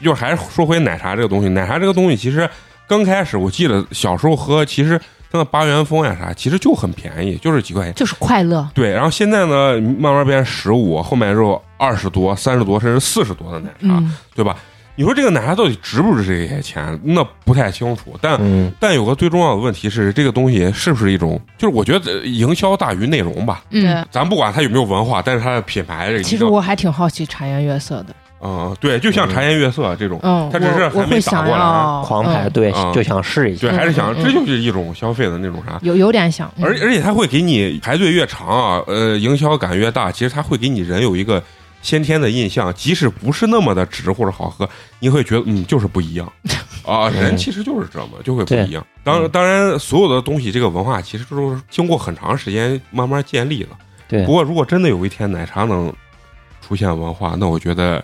Speaker 1: 就是还是说回奶茶这个东西，奶茶这个东西其实刚开始我记得小时候喝，其实真的八元风呀啥，其实就很便宜，就是几块钱。
Speaker 3: 就是快乐，
Speaker 1: 对，然后现在呢，慢慢变十五，后面就二十多、三十多，甚至四十多的奶茶，
Speaker 3: 嗯，
Speaker 1: 对吧？你说这个奶茶到底值不值这些钱？那不太清楚。但、
Speaker 5: 嗯，
Speaker 1: 但有个最重要的问题是，这个东西是不是一种，就是我觉得营销大于内容吧。
Speaker 3: 嗯。
Speaker 1: 咱不管它有没有文化，但是它的品牌这个一定，
Speaker 3: 其实我还挺好奇茶颜悦色的，
Speaker 1: 嗯，对，就像茶颜悦色这种，
Speaker 3: 嗯，
Speaker 1: 它只是
Speaker 3: 我我
Speaker 1: 还没
Speaker 3: 会
Speaker 1: 打
Speaker 3: 想
Speaker 1: 过来
Speaker 3: 要
Speaker 5: 狂排
Speaker 3: 嗯
Speaker 5: 队
Speaker 1: 嗯
Speaker 5: 就想试一下。
Speaker 1: 对，还是想
Speaker 3: 嗯嗯嗯
Speaker 1: 这就是一种消费的那种啥。
Speaker 3: 有有点想，嗯
Speaker 1: 而而且它会给你排队越长啊，呃，营销感越大，其实它会给你人有一个先天的印象，即使不是那么的值或者好喝，你会觉得嗯，就是不一样啊。人其实就是这么，就会不一样。当
Speaker 5: 嗯
Speaker 1: 当然，所有的东西这个文化其实都是经过很长时间慢慢建立的。
Speaker 5: 对
Speaker 1: 不过如果真的有一天奶茶能出现文化，那我觉得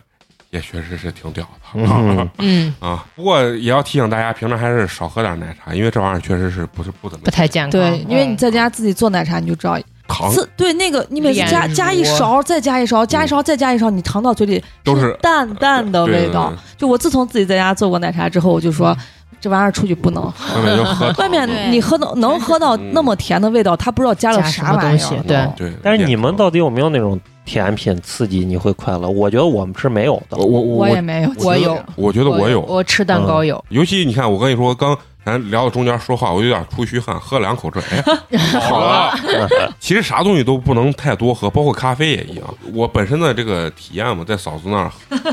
Speaker 1: 也确实是挺屌的。
Speaker 5: 嗯
Speaker 3: 嗯
Speaker 1: 啊，不过也要提醒大家，平常还是少喝点奶茶，因为这玩意儿确实是不是不怎么
Speaker 3: 不太健康，
Speaker 2: 对，因为你
Speaker 3: 嗯
Speaker 2: 在家自己做奶茶，你就知道
Speaker 1: 糖
Speaker 2: 自对那个你每次
Speaker 3: 炼
Speaker 2: 加
Speaker 3: 乳
Speaker 2: 加一勺，再加一勺，加一勺再加一勺，你尝到嘴里
Speaker 1: 都是
Speaker 2: 淡淡的
Speaker 1: 对
Speaker 2: 味道。就我自从自己在家做过奶茶之后，我就说。这玩意儿出去不能，
Speaker 1: 外面就喝糖
Speaker 2: 外
Speaker 4: 对
Speaker 2: 面你喝到能喝
Speaker 1: 嗯
Speaker 2: 到那么甜的味道，他不知道加了
Speaker 3: 加什
Speaker 2: 啥
Speaker 3: 么
Speaker 2: 玩意
Speaker 3: 东西
Speaker 2: 儿。
Speaker 3: 对
Speaker 1: 哦对，
Speaker 5: 但是你们到底有没有那种甜品刺激你会快乐？我觉得我们是没有的
Speaker 1: 我。我我
Speaker 3: 也没有，我
Speaker 1: 觉得
Speaker 3: 有，
Speaker 1: 我觉得我有，嗯
Speaker 3: 我吃蛋糕有，
Speaker 1: 尤其你看，我跟你说，刚咱聊到中间说话，我有点出虚汗，喝两口这哎好 了。其实啥东西都不能太多喝，包括咖啡也一样。我本身的这个体验嘛，在嫂子那儿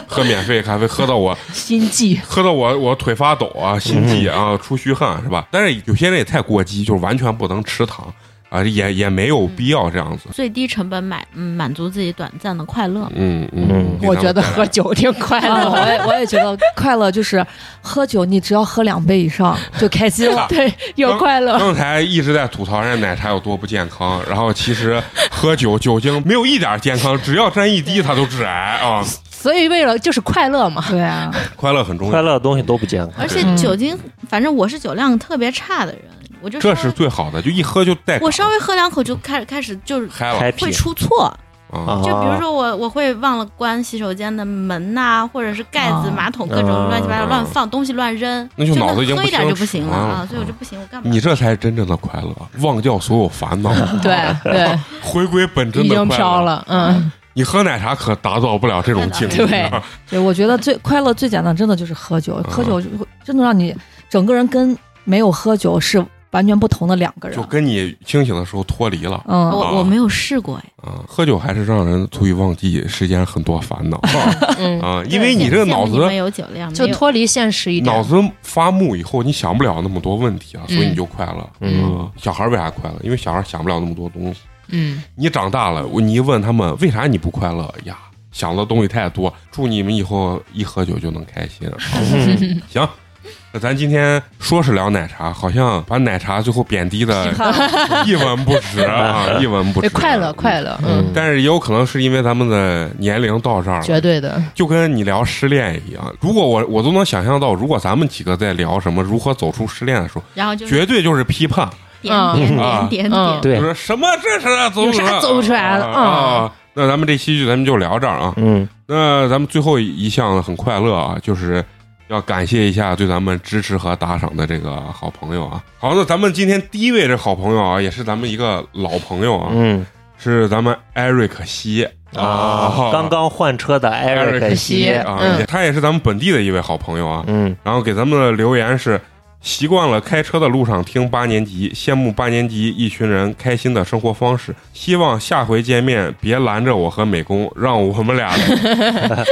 Speaker 1: 喝免费咖啡，喝到我
Speaker 3: 心悸，
Speaker 1: 喝到我我腿发抖啊，
Speaker 5: 嗯
Speaker 1: 心悸啊，出虚汗是吧？但是有些人也太过激，就是完全不能吃糖啊，也也没有必要这样子。
Speaker 4: 最低成本买，嗯，满足自己短暂的快乐。
Speaker 1: 嗯
Speaker 5: 嗯
Speaker 1: 嗯，。
Speaker 3: 我觉得喝酒挺快
Speaker 2: 啊，
Speaker 3: 乐
Speaker 2: 我
Speaker 3: 的，
Speaker 2: 也我也觉得快乐就是喝酒，你只要喝两杯以上就开心了
Speaker 3: 对，有快 乐，
Speaker 1: 刚才一直在吐槽人家奶茶有多不健康，然后其实喝酒酒 精没有一点健康，只要沾一滴它都致癌啊！
Speaker 3: 所以为了就是快乐嘛，
Speaker 2: 对啊，
Speaker 1: 快乐很重
Speaker 5: 快
Speaker 1: 要，
Speaker 5: 乐的东西都不健康
Speaker 4: 而。且酒精，反正我是酒量特别差的人，我就稍
Speaker 1: 这
Speaker 4: 微
Speaker 1: 是最好的，就一喝就带感
Speaker 4: 我稍微喝两口就开始开始就是
Speaker 1: 嗨了
Speaker 5: 开
Speaker 4: 会
Speaker 5: 辟
Speaker 4: 出错，
Speaker 1: 啊
Speaker 5: 啊！
Speaker 4: 就比如说我我会忘了关洗手间的门呐、或者是盖子、
Speaker 2: 啊
Speaker 4: 马桶各种
Speaker 5: 啊
Speaker 4: 乱七八糟乱放东西乱扔，
Speaker 1: 嗯那就脑子已经
Speaker 4: 喝
Speaker 1: 不
Speaker 4: 一点
Speaker 1: 清
Speaker 4: 就不行了
Speaker 1: 啊
Speaker 4: 啊，所以我就不行，我干嘛？
Speaker 1: 你这才是真正的快乐，忘掉所有烦 恼，
Speaker 3: 对对，
Speaker 1: 回归本真
Speaker 3: 已
Speaker 1: 的
Speaker 3: 经
Speaker 1: 快
Speaker 3: 飘
Speaker 1: 乐。
Speaker 3: 了，嗯，
Speaker 1: 你喝奶茶可达到不了这 种境啊界。
Speaker 3: 对
Speaker 2: 对，我觉得最快乐最简单，真的就是喝
Speaker 1: 嗯
Speaker 2: 酒。喝酒就会真的让你整个人跟没有喝酒是完全不同的两个人
Speaker 1: 就。跟你清醒的时候脱离了
Speaker 2: 嗯，
Speaker 1: 啊
Speaker 4: 我我没有试过哎，
Speaker 1: 啊！喝酒还是让人足以忘记世间很多烦 恼
Speaker 3: 嗯
Speaker 1: 啊，因为你这个脑
Speaker 4: 羡慕你
Speaker 1: 子
Speaker 4: 们有酒量，
Speaker 3: 就
Speaker 4: 没有
Speaker 3: 脱离现实一
Speaker 1: 脑
Speaker 3: 点，
Speaker 1: 子发木以后，你想不了那么多问题啊，所以你就快乐。
Speaker 5: 嗯
Speaker 1: 小孩为啥快乐？因为小孩想不了那么多东西。
Speaker 3: 嗯，
Speaker 1: 你长大了，我你一问他们为啥你不快乐呀？想的东西太多。祝你们以后一喝酒就能开心。 嗯行，那咱今天说是聊奶茶，好像把奶茶最后贬低 的一文不值啊，一文不值。
Speaker 3: 对，快乐快
Speaker 1: 乐。
Speaker 3: 乐，嗯，
Speaker 5: 嗯，
Speaker 1: 但是也有可能是因为咱们的年龄到这儿了，
Speaker 3: 绝对的，
Speaker 1: 就跟你聊失恋一样，如果我我都能想象到，如果咱们几个在聊什么如何走出失恋的时候，
Speaker 4: 然后就是
Speaker 1: 绝对就是批判，
Speaker 4: 点
Speaker 3: 嗯
Speaker 4: 点
Speaker 1: 啊
Speaker 4: 点点
Speaker 3: 嗯
Speaker 4: 点，
Speaker 1: 就
Speaker 5: 对，
Speaker 1: 是什么这是走不出
Speaker 3: 有
Speaker 1: 来，
Speaker 3: 啥走不出来了嗯
Speaker 1: 啊啊！那咱们这期就咱们就聊这儿啊。
Speaker 5: 嗯，
Speaker 1: 那咱们最后一项很快乐啊，就是要感谢一下对咱们支持和打赏的这个好朋友啊。好，那咱们今天第一位这好朋友啊，也是咱们一个老朋友啊，
Speaker 5: 嗯
Speaker 1: 是咱们艾瑞克西
Speaker 5: 啊，刚刚换车的艾
Speaker 1: 艾瑞
Speaker 5: 瑞
Speaker 1: 克
Speaker 5: 克
Speaker 1: 西
Speaker 3: 西
Speaker 1: 啊，
Speaker 3: 嗯
Speaker 1: 也他也是咱们本地的一位好朋友啊。
Speaker 5: 嗯，
Speaker 1: 然后给咱们的留言是：习惯了开车的路上听八年级，羡慕八年级一群人开心的生活方式。希望下回见面别拦着我和美工，让我们 俩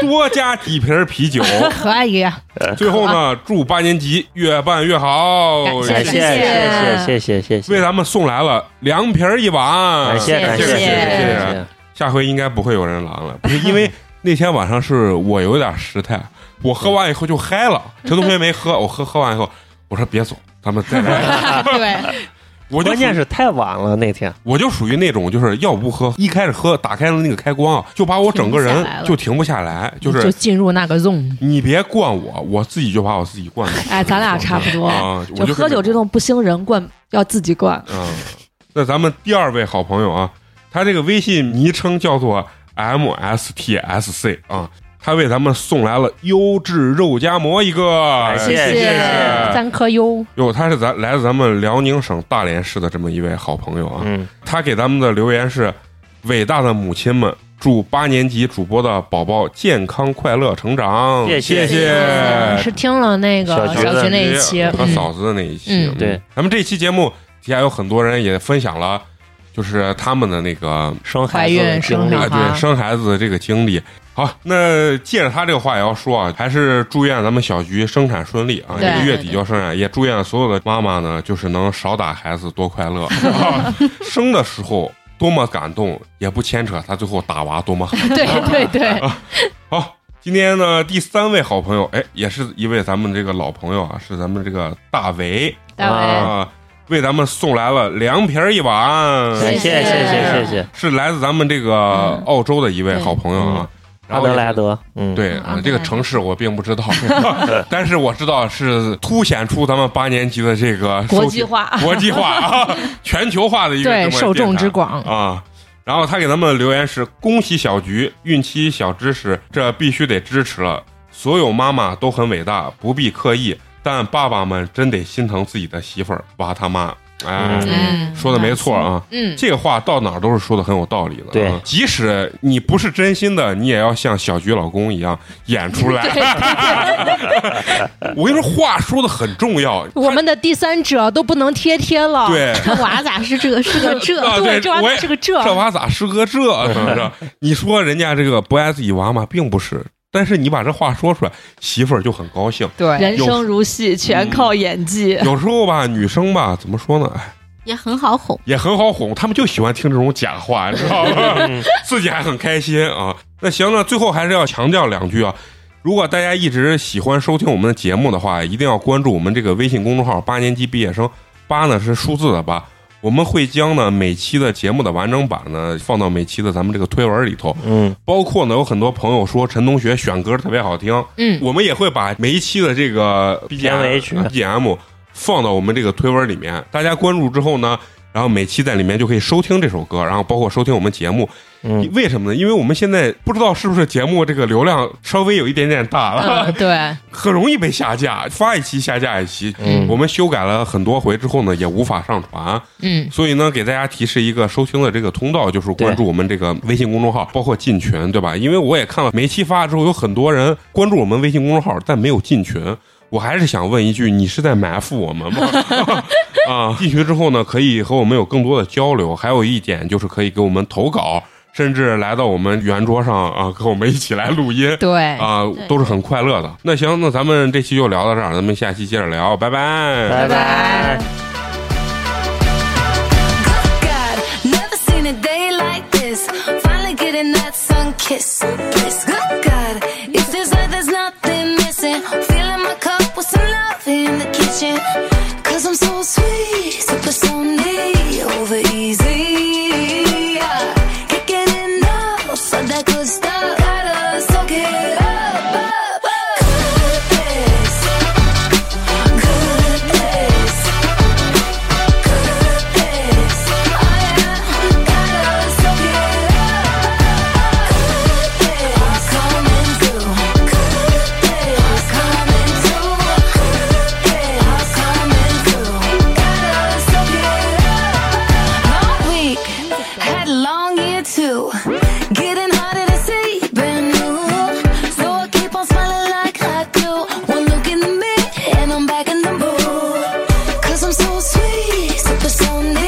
Speaker 1: 多加几瓶啤酒。
Speaker 3: 可以，啊
Speaker 1: 最后呢，祝八年级越办越好。
Speaker 5: 感
Speaker 3: 感谢
Speaker 5: 谢谢谢谢谢谢
Speaker 1: 为
Speaker 5: 谢，
Speaker 1: 咱们送来了凉皮儿一碗，
Speaker 5: 感谢感
Speaker 1: 谢
Speaker 5: 谢
Speaker 1: 谢
Speaker 5: 谢谢，
Speaker 1: 下回应该不会有人拦了，不是因为那天晚上是我有点失态，我喝完以后就嗨了，陈同学没喝，我喝喝完以后，我说别走，咱们再来。
Speaker 4: 对，
Speaker 1: 我就属
Speaker 5: 关键是太晚了那天，啊
Speaker 1: 我就属于那种就是要不喝，一开始喝打开了那个开关啊，就把我整个
Speaker 4: 停不
Speaker 1: 人
Speaker 4: 下来了
Speaker 1: 就停不下来，就是
Speaker 3: 就进入那个 zone。
Speaker 1: 你别惯我，我自己就把我自己惯住。
Speaker 2: 哎，咱俩差不多。
Speaker 1: 啊，我
Speaker 2: 就喝
Speaker 1: 是
Speaker 2: 酒这种不兴人灌，要自己灌。
Speaker 1: 嗯，那咱们第二位好朋友啊，他这个微信昵称叫做 MSTSC 啊，他为咱们送来了优质肉夹馍一个，
Speaker 5: 哎谢谢
Speaker 1: 谢
Speaker 3: 三颗优，
Speaker 1: 哟，他是咱来自咱们辽宁省大连市的这么一位好朋友啊，
Speaker 5: 嗯，
Speaker 1: 他给咱们的留言是：伟大的母亲们。祝八年级主播的宝宝健康快乐成长，
Speaker 5: 谢
Speaker 1: 谢
Speaker 5: 谢
Speaker 1: 谢
Speaker 3: 是听了那个
Speaker 5: 小菊
Speaker 3: 小
Speaker 5: 的
Speaker 3: 菊那一期，
Speaker 1: 和
Speaker 3: 嗯
Speaker 1: 嫂子的那一期。
Speaker 3: 嗯
Speaker 5: 对，
Speaker 1: 咱们这期节目底下有很多人也分享了，就是他们的那个
Speaker 5: 生
Speaker 3: 怀
Speaker 5: 孩子
Speaker 3: 孕
Speaker 5: 的经
Speaker 3: 生
Speaker 5: 历
Speaker 3: 小
Speaker 1: 啊，
Speaker 3: 孩
Speaker 1: 对，生孩子的这个经历。好，那借着他这个话也要说啊，还是祝愿咱们小菊生产顺利啊，这
Speaker 3: 对
Speaker 1: 个月底就要生产，也祝愿所有的妈妈呢，就是能少打孩子，多快 乐。啊生的时候多么感动，也不牵扯他最后打娃多么狠。
Speaker 3: 对对对，
Speaker 1: 好，今天呢，第三位好朋友，哎，也是一位咱们这个老朋友啊，是咱们这个大为
Speaker 3: 大为
Speaker 5: 啊
Speaker 1: 啊，为咱们送来了凉皮儿一碗，
Speaker 5: 谢谢谢谢谢谢，
Speaker 1: 是来自咱们这个
Speaker 4: 嗯
Speaker 1: 澳洲的一位好朋友啊，然
Speaker 5: 阿
Speaker 1: 后也
Speaker 5: 德
Speaker 1: 是
Speaker 5: 莱德，嗯，，
Speaker 1: 对
Speaker 4: 嗯阿德莱
Speaker 1: 啊
Speaker 4: 德，
Speaker 1: 这个城市我并不知道，但是我知道是凸显出咱们八年级的这个收
Speaker 2: 国
Speaker 1: 听
Speaker 2: 际化，
Speaker 1: 国际化啊，全球化的一个这
Speaker 3: 对
Speaker 1: 么
Speaker 3: 受众之
Speaker 1: 电台
Speaker 3: 广，
Speaker 1: 啊。然后他给咱们的留言是：恭喜小菊，孕期小知识，这必须得支持了。所有妈妈都很伟大，不必刻意，但爸爸们真得心疼自己的媳妇儿，哇他妈！哎，
Speaker 5: 嗯
Speaker 4: 哎
Speaker 1: 说的没错啊。
Speaker 3: 嗯，
Speaker 1: 这个话到哪儿都是说的很有道理的。
Speaker 5: 对
Speaker 1: 啊即使你不是真心的，你也要像小菊老公一样演出来。 我跟你说，话说的很重要。
Speaker 3: 我们的第三者都不能贴贴了，
Speaker 1: 对，
Speaker 4: 这娃咋是这个是个这？
Speaker 1: 啊对
Speaker 3: 对，这玩意
Speaker 1: 我
Speaker 3: 儿
Speaker 1: 也
Speaker 3: 是个这，
Speaker 1: 这娃咋是个这？是不是？你说人家这个不爱自己娃嘛，并不是。但是你把这话说出来，媳妇儿就很高兴。
Speaker 3: 对，
Speaker 2: 人生如戏，全靠演技。
Speaker 1: 有时候吧，女生吧，怎么说呢？哎，
Speaker 4: 也很好哄。
Speaker 1: 也很好哄，他们就喜欢听这种假话，你知道吗？ 自己还很开心啊。那行呢，最后还是要强调两句啊。如果大家一直喜欢收听我们的节目的话，一定要关注我们这个微信公众号“八年级毕业生”，八呢是数字的八。我们会将呢每期的节目的完整版呢放到每期的咱们这个推文里头，
Speaker 5: 嗯，
Speaker 1: 包括呢有很多朋友说陈同学选歌特别好听，
Speaker 3: 嗯，
Speaker 1: 我们也会把每一期的这个 B G
Speaker 5: 片
Speaker 1: M
Speaker 5: 尾曲
Speaker 1: B G M 放到我们这个推文里面，大家关注之后呢，然后每期在里面就可以收听这首歌，然后包括收听我们节目。
Speaker 5: 嗯
Speaker 1: 为什么呢？因为我们现在不知道是不是节目这个流量稍微有一点点大了，
Speaker 3: 嗯，对，
Speaker 1: 很容易被下架，发一期下架一期。
Speaker 5: 嗯
Speaker 1: 我们修改了很多回之后呢，也无法上传，
Speaker 3: 嗯，
Speaker 1: 所以呢，给大家提示一个收听的这个通道，就是关注我们这个微信公众号，包括进群，对吧？因为我也看了每一期发了之后，有很多人关注我们微信公众号，但没有进群。我还是想问一句，你是在埋伏我们吗？啊，进群之后呢，可以和我们有更多的交流。还有一点就是可以给我们投稿，甚至来到我们圆桌上啊，跟我们一起来录音。
Speaker 3: 对，
Speaker 1: 啊，
Speaker 4: 对
Speaker 1: 都是很快乐的。那行，那咱们这期就聊到这儿，咱们下期接着聊，拜拜
Speaker 5: 拜拜。
Speaker 6: God, never seen a day like this. Finally getting that sun kiss. Bliss. Good God, if this earth is nothing missing, filling my cup with some love in the kitchen. Cause I'm so sweet, super Sunday, over easy. Yeah. Kicking in up, so that good stuff. Gotta soak it up, up, up. Goodness, goodness. Getting harder to see, brand new. So I keep on smiling like I do. One look in the mirror, and I'm back in the mood. Cause I'm so sweet, super sunny, Oh,